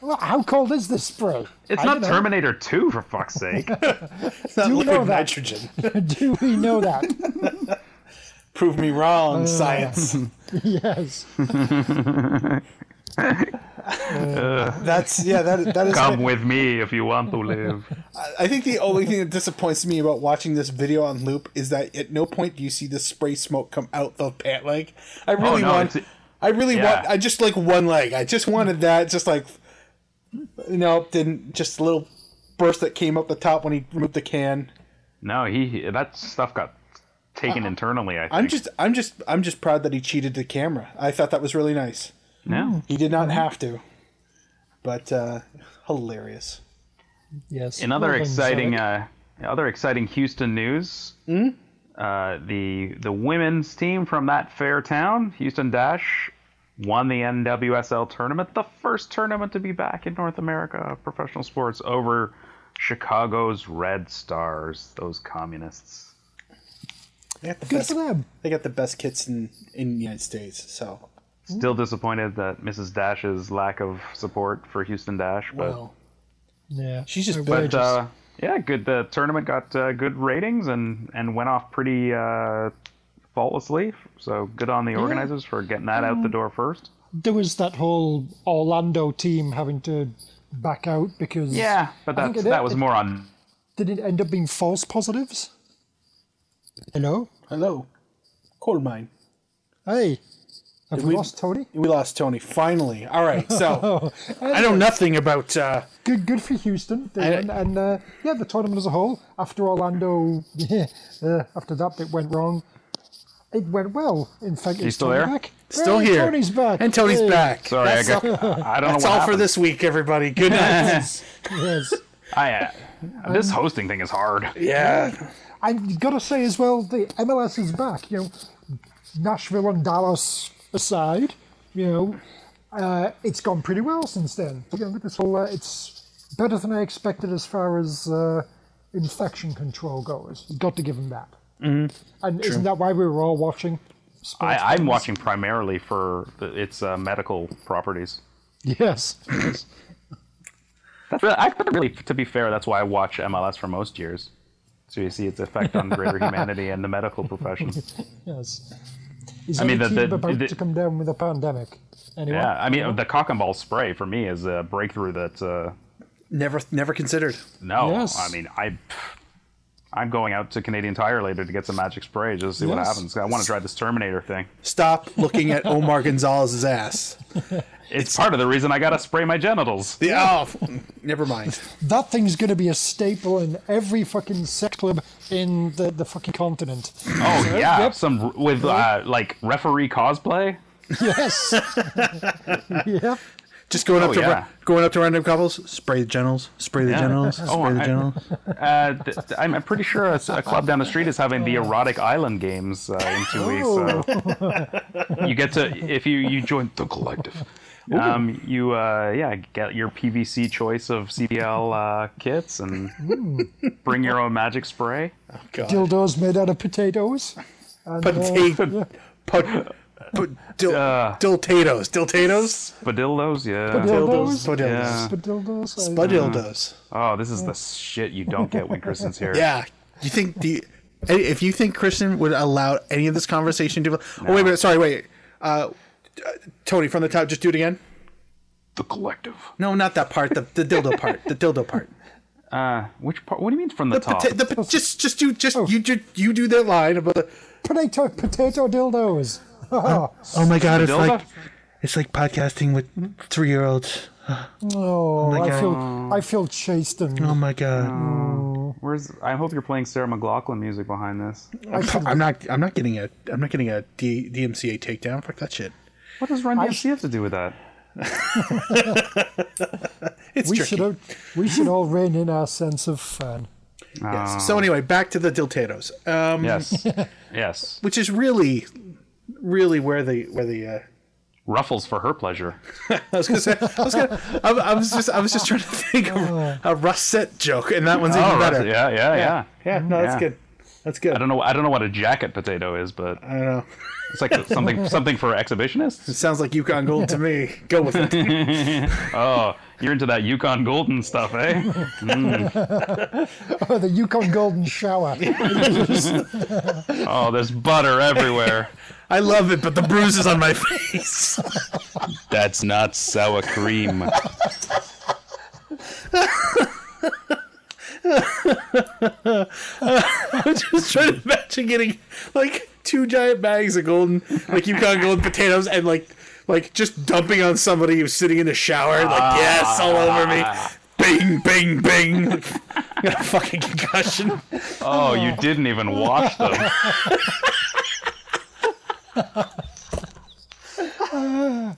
Speaker 3: well, how cold is this spray? [laughs]
Speaker 1: It's
Speaker 3: I
Speaker 1: not
Speaker 3: don't know.
Speaker 1: Terminator Two for fuck's sake.
Speaker 2: It's not
Speaker 3: you know
Speaker 2: liquid
Speaker 3: that? [laughs]
Speaker 2: nitrogen.
Speaker 3: Do we know that?
Speaker 2: [laughs] Prove me
Speaker 3: Uh.
Speaker 2: wrong,
Speaker 3: [laughs]
Speaker 2: science.
Speaker 3: yes.
Speaker 2: That's yeah. That that is.
Speaker 1: Come with me if you want to live.
Speaker 2: I think the only thing that disappoints me about watching this video on loop is that at no point do you see the spray smoke come out the pant leg. I really
Speaker 1: Oh, no,
Speaker 2: want.
Speaker 1: it's-
Speaker 2: I really
Speaker 1: yeah.
Speaker 2: want. I just like one leg. I just wanted that. Just like. No, didn't. Just a little burst that came up the top when he removed the can.
Speaker 1: No, he that stuff got taken internally. I think.
Speaker 2: I'm just. I'm just. I'm just proud that he cheated the camera. I thought that was really nice.
Speaker 1: no.
Speaker 2: He did
Speaker 3: Mm-hmm.
Speaker 2: not have to. But uh hilarious.
Speaker 3: Yes.
Speaker 1: In other
Speaker 3: Well done,
Speaker 1: exciting,
Speaker 3: Sonic.
Speaker 1: uh, other exciting Houston news. Uh, the the women's team from that fair town, Houston Dash, won the NWSL tournament, the first tournament to be back in North America of professional sports over Chicago's Red Stars, those communists.
Speaker 2: They got the
Speaker 3: Good
Speaker 2: best.
Speaker 3: for them.
Speaker 2: They got the best kits in in the United States. So
Speaker 1: Still disappointed that Mrs. Dash's lack of support for Houston Dash, but
Speaker 3: Oh.
Speaker 2: well,
Speaker 3: Yeah.
Speaker 2: She's just-
Speaker 3: They're
Speaker 2: But,
Speaker 1: but
Speaker 3: outrageous.
Speaker 1: uh, yeah, good. The tournament got uh, good ratings and and went off pretty uh, faultlessly. So good on the organizers for getting that out the
Speaker 2: Um,
Speaker 1: door first.
Speaker 3: there was that whole Orlando team having to back out because
Speaker 1: Yeah, but
Speaker 3: I think
Speaker 1: that's,
Speaker 3: it-
Speaker 1: that was
Speaker 3: it-
Speaker 1: more on.
Speaker 3: Did it end up being false positives? Hello.
Speaker 2: hello, coal mine.
Speaker 3: Hey. Have we,
Speaker 2: we-
Speaker 3: lost Tony? Oh.
Speaker 2: We lost Tony finally. All right,
Speaker 3: [laughs]
Speaker 2: so I know nothing about. Uh,
Speaker 3: Good, good for Houston. They
Speaker 2: I-
Speaker 3: won, and uh, yeah, the tournament as a whole. After Orlando, [laughs] yeah, uh, after that bit went wrong. It went well. In fact,
Speaker 1: You
Speaker 3: it's
Speaker 1: still
Speaker 3: Tony
Speaker 1: there?
Speaker 3: Back.
Speaker 2: still
Speaker 3: Hey,
Speaker 2: here.
Speaker 3: Tony's back.
Speaker 2: And Tony's
Speaker 3: Hey.
Speaker 2: back.
Speaker 1: Sorry, [laughs] I,
Speaker 2: that's
Speaker 1: got,
Speaker 2: all,
Speaker 1: I don't know what
Speaker 2: that's all for
Speaker 1: happened.
Speaker 2: this week, everybody.
Speaker 3: [laughs]
Speaker 2: Good night.
Speaker 3: Yes.
Speaker 1: I, uh, this hosting thing is hard.
Speaker 2: um, yeah,
Speaker 3: And you got to say as well, the MLS is back. You know, Nashville and Dallas aside, you know, uh, it's gone pretty well since then. You know, with this whole, uh, it's better than I expected as far as uh, infection control goes. You've got to give them that. Mm-hmm. And isn't that why we were all watching? sports
Speaker 1: I, I'm
Speaker 3: games?
Speaker 1: watching primarily for the, its uh, medical properties.
Speaker 3: [laughs] Yes.
Speaker 1: That's really, I think really, to be fair, that's why I watch MLS for most years. So you see its effect on greater humanity and the medical
Speaker 2: [laughs]
Speaker 1: profession.
Speaker 3: Yes. Is
Speaker 1: I mean,
Speaker 3: any
Speaker 1: the- the-
Speaker 3: team about
Speaker 1: the-
Speaker 3: to come down with a pandemic? Anyone?
Speaker 1: Yeah, I mean the cock and ball spray for me is a breakthrough that uh,
Speaker 2: never never considered.
Speaker 1: No,
Speaker 3: Yes.
Speaker 1: I mean I. I'm going out to Canadian Tire later to get some magic spray just to see what
Speaker 3: Yes.
Speaker 1: happens. I want to try this Terminator thing.
Speaker 2: Stop looking at Omar Gonzalez's ass.
Speaker 1: It's, part of the reason I got to spray my genitals.
Speaker 2: The oh, never mind.
Speaker 3: That thing's going to be a staple in every fucking sex club in the, the fucking continent.
Speaker 1: Oh yeah,
Speaker 3: Yep.
Speaker 1: some r- with uh, like referee cosplay.
Speaker 3: Yes. yep.
Speaker 2: Just going up
Speaker 1: Oh,
Speaker 2: to
Speaker 1: yeah.
Speaker 2: going up to random couples. Spray the genitals. Spray the genitals. Spray
Speaker 1: Oh,
Speaker 2: the
Speaker 1: I-
Speaker 2: genitals.
Speaker 1: Uh, th- th- I'm, I'm pretty sure a, a club down the street is having the erotic island games uh, in two weeks.
Speaker 3: Oh.
Speaker 1: So [laughs] you get to if you you join the collective. Um, you uh, yeah get your PVC choice of CPL uh, kits and
Speaker 3: Hmm.
Speaker 1: bring your own magic spray.
Speaker 2: God.
Speaker 3: Dildos made out of potatoes. uh, Oh.
Speaker 1: [laughs]
Speaker 2: Potato. Put, put, dil,
Speaker 1: Uh.
Speaker 2: diltatos. Diltatos?
Speaker 1: Badildos, yeah.
Speaker 3: Dildos.
Speaker 2: Dildos.
Speaker 1: Yeah.
Speaker 3: Dildos. I-
Speaker 2: Spudildos.
Speaker 1: Oh, this is the shit you don't get when Kristen's here.
Speaker 2: [laughs] Yeah. You think the if you think Christian would allow any of this conversation to Oh wait a minute, sorry, wait. Uh, Tony from the top, just do it again.
Speaker 5: The collective.
Speaker 2: No, not that part. The, the dildo part. The dildo part.
Speaker 1: Uh, which part? What do you mean from the, top?
Speaker 2: Pota- the, just, just do, just you, do, you do that line about. The,
Speaker 3: Potato, potato dildos.
Speaker 2: oh my god, it's
Speaker 1: Dildo?
Speaker 2: it's like podcasting with three year olds.
Speaker 3: Oh, I
Speaker 2: God.
Speaker 3: feel I feel chased and
Speaker 2: my god,
Speaker 1: Where's? I hope you're playing Sarah McLaughlin music behind this.
Speaker 2: I'm not, I'm not getting a, I'm not getting a D, DMCA takedown. Fuck that shit.
Speaker 1: What does Run DMC have to do with that?
Speaker 2: It's
Speaker 3: we
Speaker 2: tricky.
Speaker 3: should all, we should all rein in our sense of fun. [laughs]
Speaker 2: Yes. So anyway, back to the diltatos. Um,
Speaker 1: Yes, yes.
Speaker 2: which is really, really where the where the uh,
Speaker 1: Ruffles for her pleasure.
Speaker 2: I was gonna say I was gonna I, I was just I was just trying to think of a russet joke, and that one's even
Speaker 1: right.
Speaker 2: better.
Speaker 1: Oh, yeah, yeah, yeah.
Speaker 2: Oh, yeah, no, that's
Speaker 1: Yeah.
Speaker 2: good. That's good.
Speaker 1: I don't know. I don't know what a jacket potato is, but
Speaker 2: I don't know.
Speaker 1: it's like something something for exhibitionists.
Speaker 2: It sounds like Yukon Gold to me. Go with it.
Speaker 1: Oh, you're into that Yukon Golden stuff, eh?
Speaker 3: Oh, the Yukon
Speaker 2: [laughs]
Speaker 3: Golden Shower.
Speaker 1: Oh, there's butter everywhere.
Speaker 2: I love it, but the bruises on my [laughs] face.
Speaker 1: That's not sour cream.
Speaker 2: I'm just trying to imagine getting like two giant bags of golden, like Yukon Gold potatoes, and like like just dumping on somebody who's sitting in the shower, like yes,
Speaker 1: Ah.
Speaker 2: all over me. [laughs] Bing, bing, bing. I got a fucking concussion.
Speaker 1: Oh, you didn't even wash them.
Speaker 2: Oh,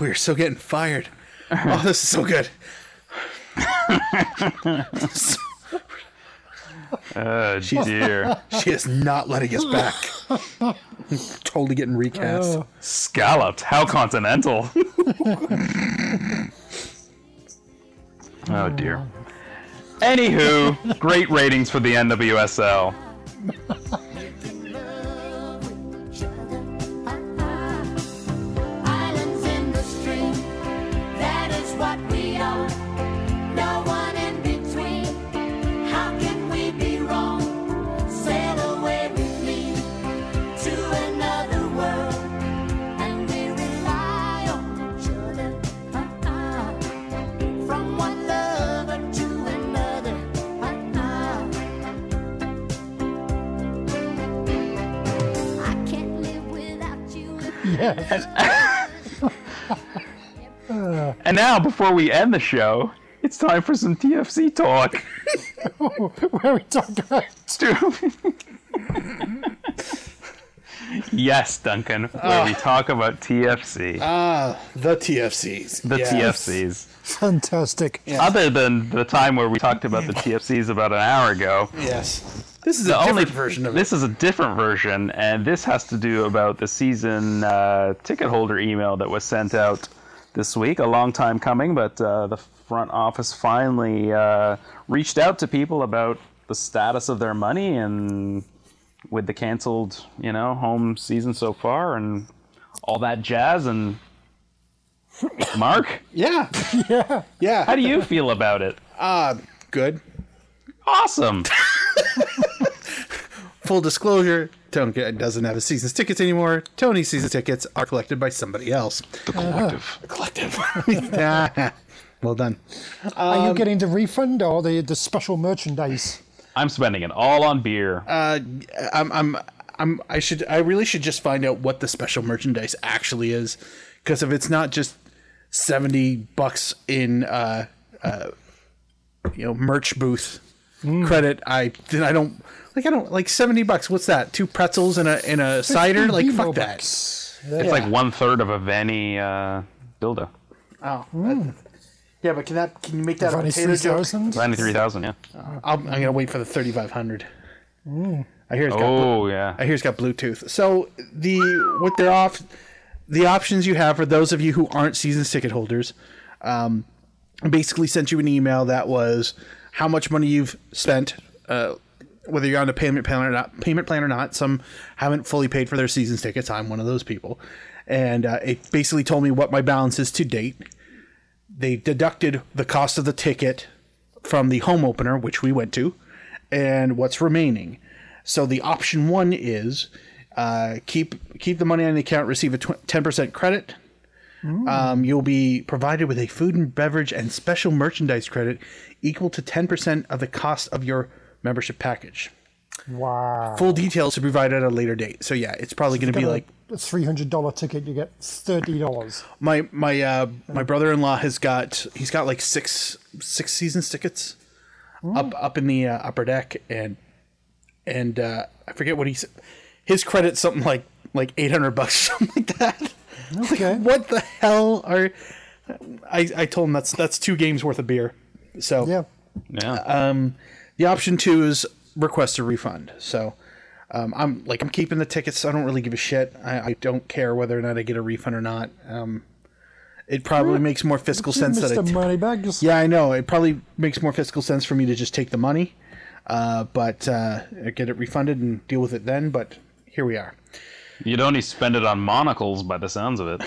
Speaker 2: we are so getting fired. Oh, this is so good.
Speaker 1: Oh dear.
Speaker 2: She is not letting us back. totally getting recast.
Speaker 1: Scalloped. How continental. oh dear. Anywho, great ratings for the NWSL.
Speaker 7: Islands in the stream, that is what we are. No one in between. How can we be wrong? Sail away with me to another world. And we rely on each other. From one lover to another. I can't live without you.
Speaker 1: And now, before we end the show, it's time for some TFC talk.
Speaker 3: [laughs] Where we talk about
Speaker 2: [laughs]
Speaker 1: yes, Duncan, where
Speaker 2: Oh.
Speaker 1: we talk about TFC.
Speaker 2: The TFCs.
Speaker 1: the
Speaker 2: Yes.
Speaker 1: TFCs.
Speaker 3: fantastic.
Speaker 1: Other than the time where we talked about the TFCs about an hour ago,
Speaker 2: Yes. This is
Speaker 1: the
Speaker 2: a different
Speaker 1: only
Speaker 2: version of it.
Speaker 1: this is a different version, and this has to do about the season uh, ticket holder email that was sent out this week. A long time coming, but uh, the front office finally uh, reached out to people about the status of their money and with the canceled, you know, home season so far and all that jazz. And [coughs] Mark,
Speaker 2: Yeah. Yeah.
Speaker 1: how
Speaker 2: Yeah.
Speaker 1: do you feel about it?
Speaker 2: Good.
Speaker 1: Awesome.
Speaker 2: Full disclosure, Tone doesn't have his season's tickets anymore. Tony's season tickets are collected by somebody else.
Speaker 5: The collective.
Speaker 2: Collective. [laughs] well done.
Speaker 3: Are
Speaker 2: um,
Speaker 3: you getting the refund or the, the special merchandise?
Speaker 1: I'm spending it all on beer.
Speaker 2: Uh, I'm, I'm, I'm, I should, I really should just find out what the special merchandise actually is. Because if it's not just 70 bucks in, uh, uh, you know, merch booth credit, I, then I don't, like, I don't, like 70 bucks. What's that? Two pretzels and a, and a cider? Like,
Speaker 3: Bimbo
Speaker 2: fuck that.
Speaker 3: bucks.
Speaker 1: It's like one third of a Vanny uh, dildo.
Speaker 2: Oh. Yeah, but can that, can you make that
Speaker 3: Funny 3,000?
Speaker 1: Ninety three thousand, yeah.
Speaker 2: I'm, I'm gonna wait for the 3500. I hear it's got. blu-
Speaker 1: Oh yeah.
Speaker 2: I hear it's got Bluetooth. So the what they're off, the options you have for those of you who aren't season ticket holders, um, basically sent you an email that was how much money you've spent, uh, whether you're on a payment plan or not. Payment plan or not. Some haven't fully paid for their season tickets. I'm one of those people, and uh, it basically told me what my balance is to date. They deducted the cost of the ticket from the home opener, which we went to, and what's remaining. So the option one is uh, keep keep the money on the account, receive a ten percent credit. Um, you'll be provided with a food and beverage and special merchandise credit equal to ten percent of the cost of your membership package.
Speaker 3: Wow.
Speaker 2: Full details to be provided at a later date. So yeah, it's probably going to be like
Speaker 3: a $300 ticket, you get $30.
Speaker 2: my my uh, my brother in law has got he's got like six six season tickets
Speaker 3: Oh.
Speaker 2: up up in the uh, upper deck and and uh, I forget what he said. His credit's something like like eight hundred bucks [laughs] something like that. Like,
Speaker 3: Okay.
Speaker 2: what the hell are I I told him that's that's two games worth of beer. So
Speaker 3: Yeah.
Speaker 1: yeah.
Speaker 2: uh, the option two is request a refund. So um, I'm like I'm keeping the tickets. I don't really give a shit. I, I don't care whether or not I get a refund or not. Um, it probably makes more fiscal sense that I
Speaker 3: Mr.
Speaker 2: t-
Speaker 3: Moneybags.
Speaker 2: yeah I know it probably makes more fiscal sense for me to just take the money. uh, but uh, get it refunded and deal with it then. But here we are.
Speaker 1: You'd only spend it on monocles by the sounds of it.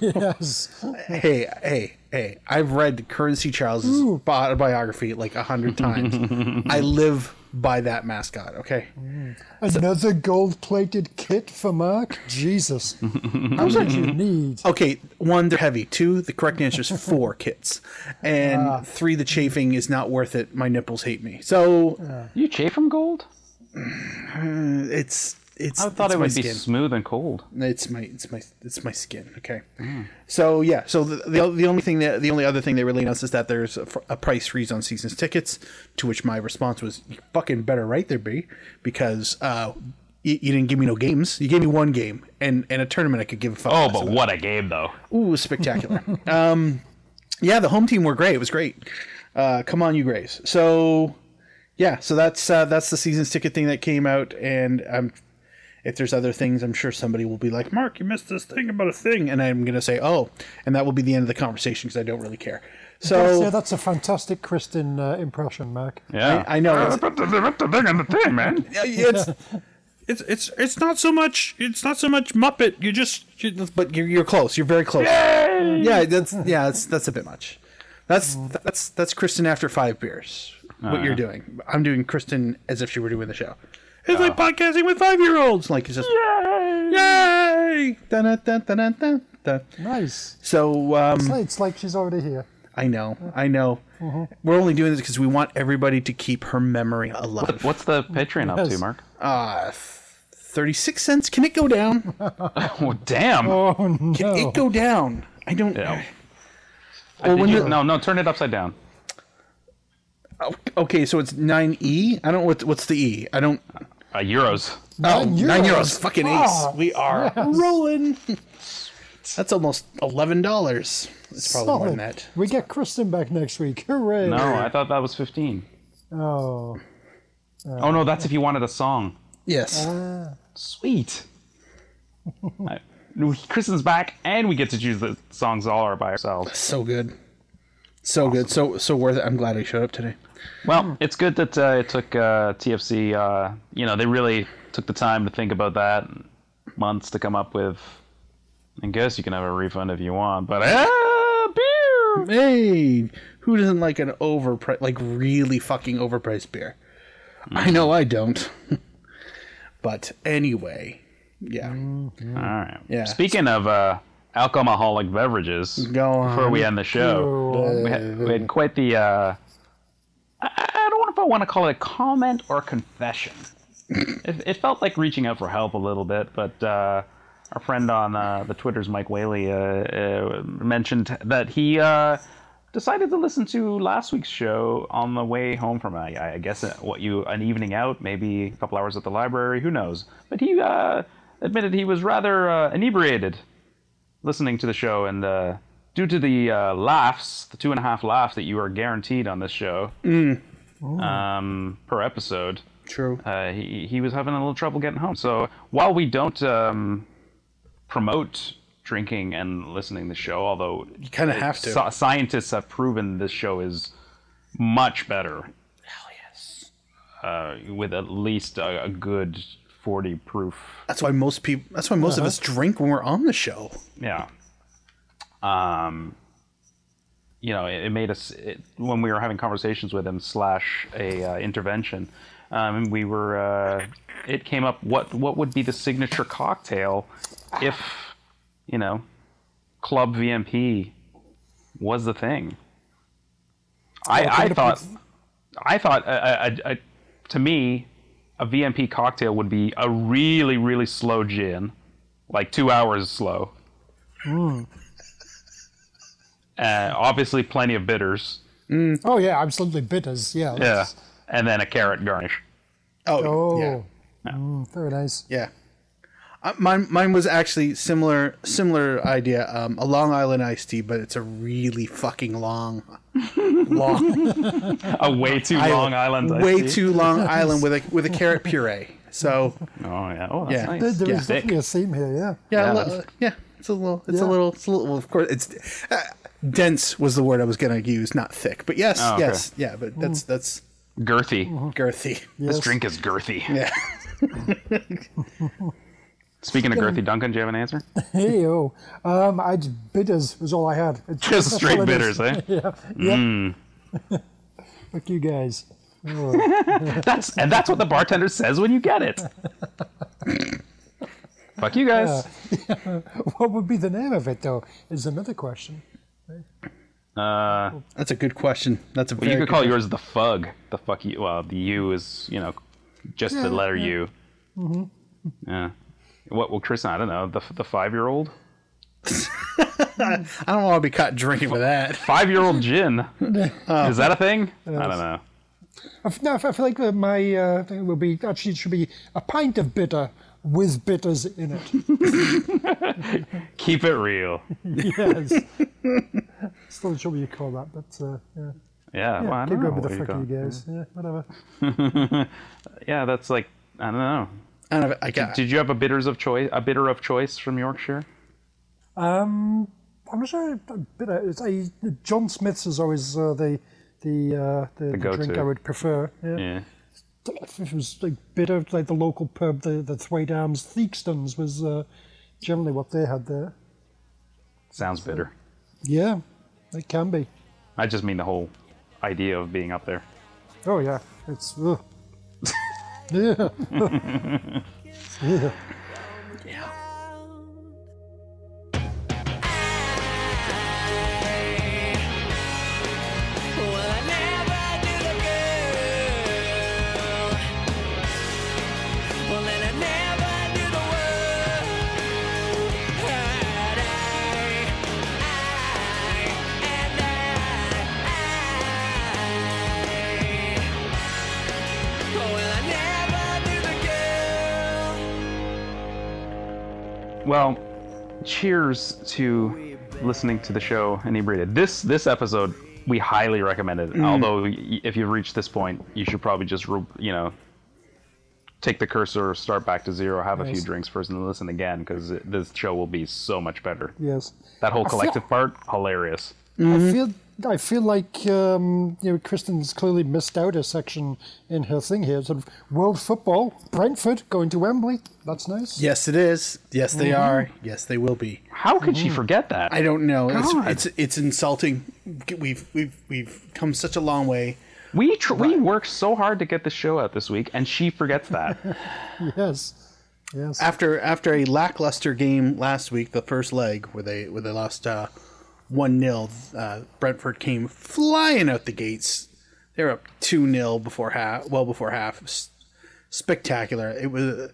Speaker 2: [laughs]
Speaker 3: Yes.
Speaker 2: hey, hey, hey! I've read Currency Charles's bi- biography like a hundred times. I live by that mascot. Okay,
Speaker 3: [laughs] Another gold plated kit for Mark? Jesus. How much do you need?
Speaker 2: okay. One, they're heavy. Two, the correct answer is four [laughs] kits, and three, the chafing is not worth it. My nipples hate me. So
Speaker 1: You chafe from gold?
Speaker 2: it's it's.
Speaker 1: I thought
Speaker 2: it's
Speaker 1: it
Speaker 2: my
Speaker 1: would be
Speaker 2: skin.
Speaker 1: smooth and cold.
Speaker 2: It's my it's my it's my skin. Okay,
Speaker 1: Mm.
Speaker 2: so yeah. So the, the the only thing that the only other thing they really announced is that there's a, fr- a price freeze on season's tickets. To which my response was, "You fucking better right there be, because uh, you, you didn't give me no games. You gave me one game and and a tournament I could give a fuck."
Speaker 1: Oh,
Speaker 2: less
Speaker 1: but
Speaker 2: about."
Speaker 1: what a game, though.
Speaker 2: Ooh, it was spectacular. [laughs] um, yeah, the home team were great. It was great. Uh, come on, you Grays. So, yeah, so that's uh, that's the season's ticket thing that came out, and um, if there's other things, I'm sure somebody will be like, "Mark, you missed this thing about a thing," and I'm gonna say, "Oh," and that will be the end of the conversation because I don't really care.
Speaker 3: Yeah,
Speaker 2: So
Speaker 3: that's a fantastic Kristen uh, impression, Mark.
Speaker 1: Yeah.
Speaker 2: I
Speaker 1: [laughs]
Speaker 2: know it's,
Speaker 5: Put the, put the thing on the thing, man.
Speaker 2: it's
Speaker 8: It's it's it's not so much it's not so much Muppet. You just you,
Speaker 2: but you're, you're close. You're very close. [laughs] Yeah, that's yeah, that's that's a bit much. That's that's that's Kristen after five beers. What you're doing? I'm doing Kristen as if she were doing the show. It's like podcasting with five year olds. Like it's just yay! Dun, dun, dun, dun, dun, dun.
Speaker 3: Nice.
Speaker 2: So um,
Speaker 3: It's like Uh-huh. she's already here.
Speaker 2: I know, I know. We're only doing this because we want everybody to keep her memory alive.
Speaker 1: What's the Patreon up to,
Speaker 3: Yes.
Speaker 1: Mark? [laughs]
Speaker 2: Thirty six cents? Can it go down?
Speaker 1: Oh, damn.
Speaker 3: Oh, no.
Speaker 2: Can it go down? I don't.
Speaker 1: Yeah.
Speaker 2: Well, when
Speaker 1: Did you-
Speaker 2: you-
Speaker 1: no, no, turn it upside down.
Speaker 2: Oh, Okay, so it's nine e. I don't. What, what's the e? I don't.
Speaker 1: Uh, Euros.
Speaker 2: Oh,
Speaker 3: Nine
Speaker 2: nine euros.
Speaker 3: euros.
Speaker 2: Fucking ace.
Speaker 3: Ah,
Speaker 2: we are [laughs] rolling. That's almost eleven dollars. It's probably more than
Speaker 3: Solid.
Speaker 2: that.
Speaker 3: We get Kristen back next week. Hooray.
Speaker 1: No, I thought that was 15.
Speaker 3: Oh,
Speaker 2: Uh,
Speaker 1: Oh, no, that's if you wanted a song.
Speaker 2: Yes.
Speaker 1: [laughs] Sweet. I, Kristen's back, and we get to choose the songs all are by ourselves.
Speaker 2: so good. So good. So so worth it. I'm glad I showed up today.
Speaker 1: Well, it's good that uh, it took uh, TFC. Uh, you know, they really took the time to think about that, and months to come up with. I guess you can have a refund if you want, but ah, [laughs] beer.
Speaker 2: Hey, who doesn't like an overpriced, like really fucking overpriced beer? I know I don't. [laughs] but anyway, yeah. Mm-hmm.
Speaker 1: All right.
Speaker 2: Yeah.
Speaker 1: Speaking of uh, alcoholic beverages,
Speaker 2: Go
Speaker 1: before
Speaker 2: on.
Speaker 1: we end the show, we had, we had quite the. Uh, I I don't know if I want to call it a comment or confession. it, it felt like reaching out for help a little bit, but uh, our friend on uh, the Twitter's Mike Whaley uh, uh, mentioned that he uh, decided to listen to last week's show on the way home from, I, I guess, uh, what you an evening out, maybe a couple hours at the library, who knows? But he uh, admitted he was rather uh, inebriated listening to the show, and uh, due to the uh, laughs, the two and a half laughs that you are guaranteed on this show um, per episode
Speaker 2: True.
Speaker 1: uh, he, he was having a little trouble getting home. So while we don't um, promote drinking and listening to the show, although
Speaker 2: You kind of have to.
Speaker 1: sci- scientists have proven this show is much better. Hell yes. Uh, with at least a, a good 40 proof.
Speaker 2: that's why most people. That's why most of us drink when we're on the show.
Speaker 1: Yeah. Um, you know, it, it made us it, when we were having conversations with him slash a uh, intervention. Um, we were. Uh, it came up what what would be the signature cocktail if you know Club VMP was the thing. I, I thought I thought uh, a, a, a, to me a VMP cocktail would be a really really slow gin, like two hours slow. Uh, obviously, plenty of bitters.
Speaker 3: oh yeah, absolutely bitters. Yeah.
Speaker 1: Yeah,
Speaker 3: that's-
Speaker 1: and then a carrot garnish.
Speaker 2: Oh,
Speaker 3: Oh,
Speaker 2: yeah.
Speaker 3: Mm, very nice.
Speaker 2: Yeah. Uh, mine, mine was actually similar similar idea. Um, a Long Island iced tea, but it's a really
Speaker 1: [laughs]
Speaker 2: fucking long, long,
Speaker 1: A way too long island. iced
Speaker 2: way
Speaker 1: tea. [laughs]
Speaker 2: too long island with a with a carrot puree. So
Speaker 1: Oh yeah. Oh, that's
Speaker 2: Yeah.
Speaker 1: nice.
Speaker 3: There there
Speaker 2: Yeah.
Speaker 3: is definitely a theme here. Yeah.
Speaker 2: yeah,
Speaker 1: Yeah,
Speaker 2: yeah,
Speaker 1: that's-
Speaker 2: yeah it's a little, it's a
Speaker 3: Yeah.
Speaker 2: little, it's a little. Well, of course, it's uh, dense was the word I was gonna use, not thick. But yes,
Speaker 1: Oh, okay.
Speaker 2: yes, yeah. But that's that's
Speaker 3: Oh,
Speaker 1: Girthy.
Speaker 2: girthy.
Speaker 1: This
Speaker 3: Yes.
Speaker 1: drink is girthy.
Speaker 3: [laughs]
Speaker 2: Yeah.
Speaker 1: [laughs] Speaking of girthy, Duncan, do you have an
Speaker 3: [laughs]
Speaker 1: answer?
Speaker 3: Hey, oh. Um, I j- bitters was all I had. It's, that's
Speaker 1: Just
Speaker 3: all
Speaker 1: straight
Speaker 3: it
Speaker 1: bitters,
Speaker 3: is.
Speaker 1: eh?
Speaker 3: Fuck you guys. [laughs]
Speaker 1: That's and that's what the bartender says when you get
Speaker 3: [laughs]
Speaker 1: it. Fuck you guys.
Speaker 3: What would be the name of it, though, is another question.
Speaker 1: Uh,
Speaker 2: That's a good question. That's a
Speaker 1: Well, you
Speaker 2: very
Speaker 1: could
Speaker 2: good
Speaker 1: call yours the fug. The fuck you. Well, the U is you know just the letter U. Mm-hmm. Yeah. What? Well, Chris, I don't know. The the five year old.
Speaker 2: I don't want to be caught drinking with that.
Speaker 1: Five year old gin. is that a thing? I don't know.
Speaker 3: I f- No, I f- I feel like uh, my uh, thing would be actually it should be a pint of bitter with bitters in
Speaker 1: [laughs]
Speaker 3: it.
Speaker 1: Keep it real.
Speaker 3: yes. [laughs] Still not sure what you call that, but uh, yeah.
Speaker 1: Yeah. well, I
Speaker 3: Keep
Speaker 1: don't know.
Speaker 3: going with
Speaker 1: what
Speaker 3: the
Speaker 1: you
Speaker 3: fuck
Speaker 1: call
Speaker 3: you
Speaker 1: it.
Speaker 3: guys. Yeah, whatever.
Speaker 1: Yeah, that's like I don't know.
Speaker 2: I don't know. I got.
Speaker 1: Did you have a bitters of choice? A bitter of choice from Yorkshire?
Speaker 3: Um, I'm not sure. A bit of, it's a, John Smith's is always uh, the the, uh, the, the, drink
Speaker 1: go-to.
Speaker 3: I would prefer. Yeah.
Speaker 1: Yeah.
Speaker 3: If it was like bitter, like the local pub, the the Thwaite Arms, Theakston's was uh, generally what they had there.
Speaker 1: Sounds bitter.
Speaker 3: Yeah, it can be.
Speaker 1: I just mean the whole idea of being up there.
Speaker 3: Oh yeah, it's. Ugh. [laughs] yeah. yeah.
Speaker 1: Well, cheers to listening to the show inebriated. This this episode we highly recommend it. Although y- if you've reached this point, you should probably just re- you know take the cursor, start back to zero, have a few
Speaker 3: Yes.
Speaker 1: drinks first, and then listen again because this show will be so much better.
Speaker 3: Yes.
Speaker 1: That whole
Speaker 3: I feel-
Speaker 1: collective part, hilarious. Mm-hmm.
Speaker 3: I feel. I feel like um, you know Kristen's clearly missed out a section in her thing here. Sort of world football, Brentford going to Wembley. That's nice.
Speaker 2: Yes, it is. Yes, they are. Yes, they will be.
Speaker 1: How could she forget that?
Speaker 2: I don't know.
Speaker 1: God.
Speaker 2: It's, it's it's insulting. We've we've we've come such a long way.
Speaker 1: we tr- we worked so hard to get the show out this week, and she forgets that.
Speaker 3: Yes. Yes.
Speaker 1: Uh,
Speaker 2: After after a lackluster game last week, the first leg where they where they lost uh, one 0 uh, Brentford came flying out the gates. They're up two 0 before half. Well before half, S- spectacular. It was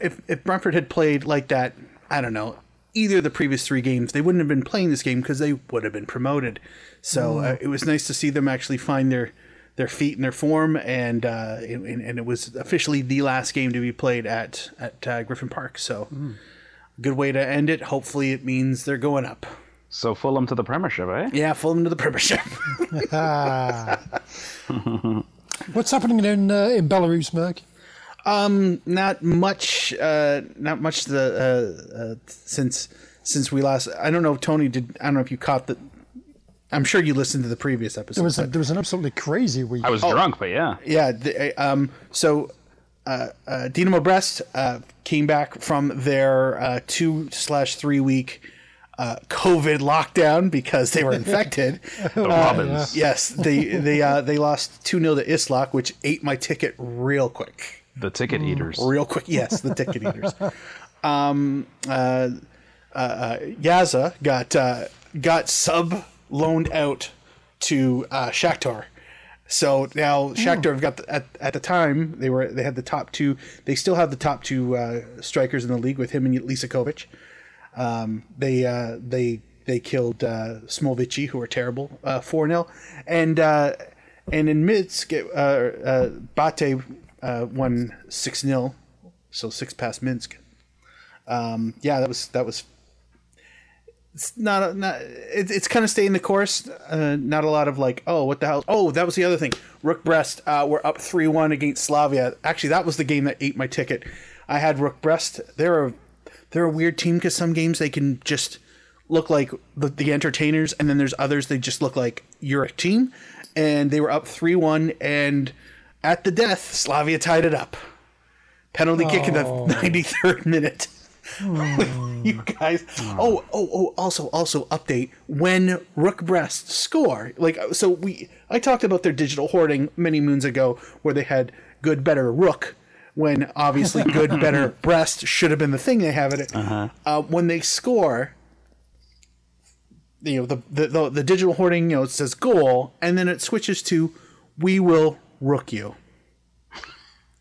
Speaker 2: if if Brentford had played like that, I don't know. Either of the previous three games, they wouldn't have been playing this game because they would have been promoted. So uh, it was nice to see them actually find their their feet and their form, and, uh, and and- and it was officially the last game to be played at at uh, Griffin Park. So good way to end it. Hopefully, it means they're going up.
Speaker 1: so Fulham to the Premiership, eh?
Speaker 2: Yeah, Fulham to the Premiership. [laughs]
Speaker 3: What's happening in uh, in Belarus, Merck?
Speaker 2: not much uh not much the uh, uh since since we last i don't know if tony did i don't know if you caught the i'm sure you listened to the previous episode
Speaker 3: There was a,
Speaker 2: but-
Speaker 3: there was an absolutely crazy week.
Speaker 1: I was drunk, but yeah.
Speaker 2: yeah the, uh, um so uh, uh dinamo brest uh came back from their uh two slash three week uh covid lockdown because they were
Speaker 3: [laughs]
Speaker 2: infected
Speaker 1: The Robins.
Speaker 2: yes they they uh they lost 2-0 to islak which ate my ticket real quick
Speaker 1: The ticket eaters.
Speaker 2: real quick. Yes, the ticket eaters. Um, uh, uh, uh, Yaza got uh, got sub loaned out to uh, Shakhtar. So now Shakhtar have got the, at, at the time they were they had the top two. They still have the top two uh, strikers in the league with him and Lisa Kovic. Um, they uh, they they killed uh, Smolvici, who were terrible, uh, four 0 and uh, and in Minsk, uh, uh, Bate uh, won six 0 so six past Minsk. Um, yeah, that was that was. It's not a, not it, it's kind of staying the course. Uh, not a lot of like oh what the hell oh that was the other thing. Rook Brest uh, were up three one against Slavia. Actually, that was the game that ate my ticket. I had Rook Brest. They're a they're a weird team because some games they can just look like the, the entertainers, and then there's others they just look like you're a team. and they were up 3 1. And at the death, Slavia tied it up. Penalty kick in the 93rd minute. [laughs] you guys. Oh, oh, oh, also, also, update. When Rook Breast score, like, uh, so we, I talked about their digital hoarding many moons ago where they had good, better Rook. When [laughs] obviously good, better breast should have been the thing they have it. Uh, when they score, you know the the, the, the digital hoarding you know it says goal and then it switches to we will rook you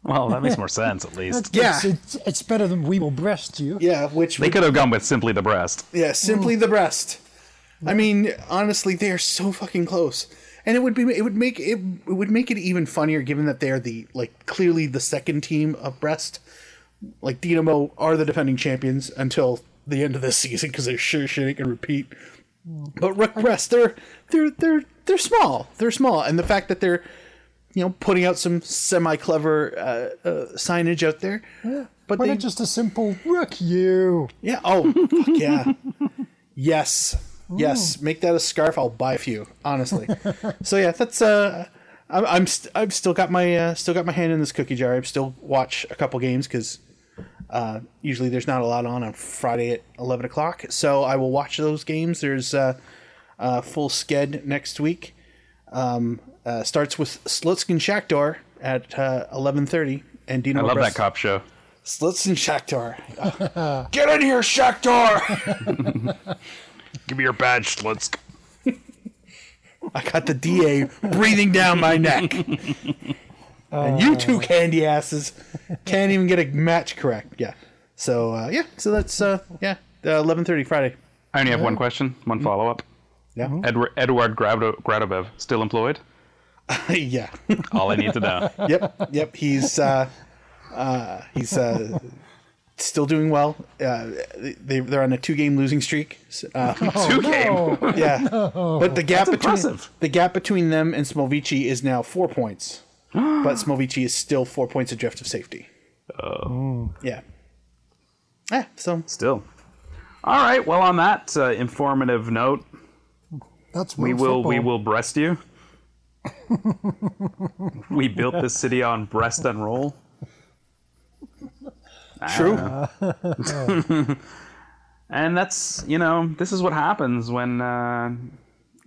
Speaker 1: Well, that makes more sense at least.
Speaker 3: It's,
Speaker 2: Yeah.
Speaker 3: it's, it's better than we will breast you.
Speaker 2: yeah which
Speaker 1: They could have gone with simply the breast.
Speaker 2: yeah
Speaker 3: Mm.
Speaker 2: simply the breast i mean honestly they are so fucking close and it would be it would make it, it would make it even funnier given that they're the like clearly the second team of breast like Dinamo are the defending champions until the end of this season because they're sure shit ain't gonna repeat. But Rook Breast, they're they're they're they're small. They're small, and the fact that they're you know putting out some semi clever uh, uh, signage out there, but
Speaker 3: Why
Speaker 2: they
Speaker 3: not just a simple rook you?
Speaker 2: yeah oh fuck yeah yes yes make that a scarf. I'll buy a few honestly. so yeah, that's uh. I'm I'm st- I've still got my uh, still got my hand in this cookie jar. I still watch a couple games because usually there's not a lot on on Friday at 11 o'clock. So I will watch those games. There's a uh, uh, full sked next week. Um, uh, starts with Slutskin Shakhtar at uh, 11.30. And Dino
Speaker 1: I love that cop show.
Speaker 2: Slutskin Shakhtar. [laughs] Get in here, Shakhtar!
Speaker 1: Give me your badge, Slutsk.
Speaker 2: [laughs] I got the DA breathing down my [laughs] neck. and you two candy asses can't even get a match correct. Yeah. So, uh, yeah. So that's, uh, yeah, uh, 11.30 Friday.
Speaker 1: I only have one question, one follow up.
Speaker 2: Hmm? Yeah.
Speaker 1: Edward, Edward Grado- Gradovev, still employed?
Speaker 2: [laughs] yeah.
Speaker 1: All I need to know.
Speaker 2: yep, [laughs] yep. He's uh, uh, he's uh, still doing well. Uh, they they're on a two game losing streak. So, Uh,
Speaker 1: Two game.
Speaker 2: yeah, but the gap between
Speaker 1: impressive.
Speaker 2: the gap between them and Smovici is now
Speaker 1: [gasps]
Speaker 2: four points, but Smovici is still four points adrift of safety. Oh, yeah, yeah. So
Speaker 1: [laughs] Still. All right. Well, on that uh, informative note,
Speaker 3: That's
Speaker 1: we
Speaker 3: world
Speaker 1: will we
Speaker 3: football.
Speaker 1: will breast you. we built this city on breast and roll. Ah.
Speaker 2: true.
Speaker 1: And that's you know this is what happens when uh,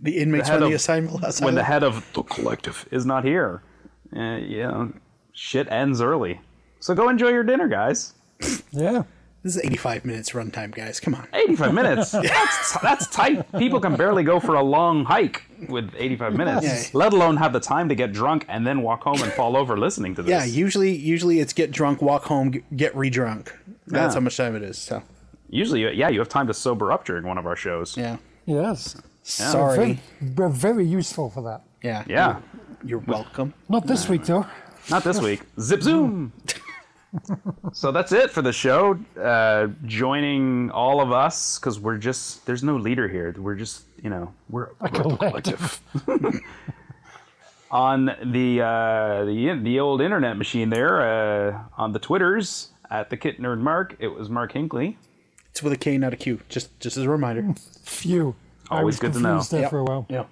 Speaker 2: the inmates
Speaker 1: The head
Speaker 2: on the
Speaker 1: of-
Speaker 2: assignment last
Speaker 1: when the head of the collective is not here. Uh, you know, shit ends early. So go enjoy your dinner, guys.
Speaker 3: Yeah.
Speaker 2: This is eighty five minutes runtime, guys. Come on.
Speaker 1: 85
Speaker 2: [laughs]
Speaker 1: minutes. That's, that's tight. People can barely go for a long hike with 85 minutes,
Speaker 2: Yeah.
Speaker 1: let alone have the time to get drunk and then walk home and fall over listening to this.
Speaker 2: Yeah, usually usually it's get drunk, walk home, g- get re-drunk. That's
Speaker 1: Yeah.
Speaker 2: how much time it is. So
Speaker 1: Usually, yeah, you have time to sober up during one of our shows.
Speaker 2: yeah,
Speaker 3: Yes.
Speaker 2: sorry.
Speaker 3: Very, we're very useful for that.
Speaker 2: Yeah,
Speaker 1: Yeah.
Speaker 2: You're welcome.
Speaker 3: Not this week, though.
Speaker 1: Not this week. Zip
Speaker 2: [laughs]
Speaker 1: zoom. so that's it for the show. Uh, joining all of us because we're just there's no leader here. We're just you know we're, we're
Speaker 3: [laughs]
Speaker 1: the collective. [laughs] on the uh, the the old internet machine there uh, on the twitters at the kit nerd mark. It was Mark Hinkley.
Speaker 2: It's with a K, not a Q. Just just as a
Speaker 1: [laughs]
Speaker 2: reminder.
Speaker 3: Phew. I
Speaker 1: Always
Speaker 3: was
Speaker 1: good to know.
Speaker 3: confused there for a while.
Speaker 2: Yeah.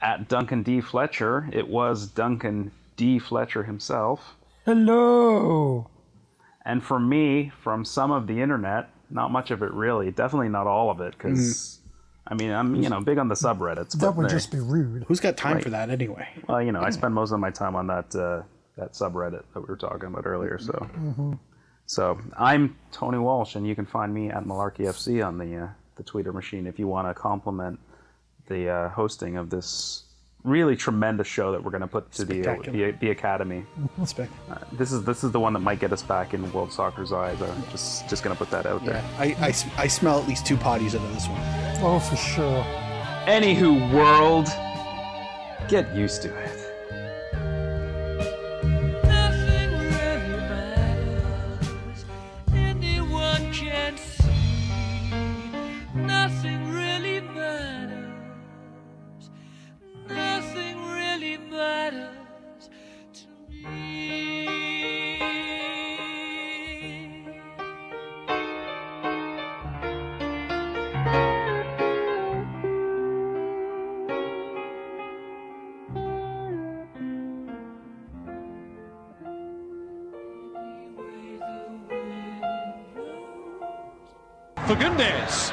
Speaker 1: At Duncan D Fletcher. It was Duncan D Fletcher himself.
Speaker 3: Hello.
Speaker 1: And for me, from some of the internet, not much of it really. Definitely not all of it, because I mean, I'm you know big on the subreddits, but
Speaker 3: Mm-hmm. That would
Speaker 1: they-
Speaker 3: just be rude.
Speaker 2: Who's got time for that anyway?
Speaker 1: well, you know, I spend most of my time on that uh, that subreddit that we were talking about earlier. So, so I'm Tony Walsh, and you can find me at Malarkey FC on the uh, the Twitter machine if you want to compliment the uh, hosting of this really tremendous show that we're going to put to the,
Speaker 2: Spectacular.
Speaker 1: the the academy.
Speaker 2: That's back.
Speaker 1: This is this is the one that might get us back in world soccer's eyes. I'm just just going to put that out there.
Speaker 2: Yeah. I, I s- I smell at least two potties out of this one.
Speaker 3: Oh, for sure.
Speaker 1: Anywho, world, get used to it.
Speaker 9: Nothing really matters. Anyone can see. Nothing really matters. Nothing really matters to me.
Speaker 2: Fagundes.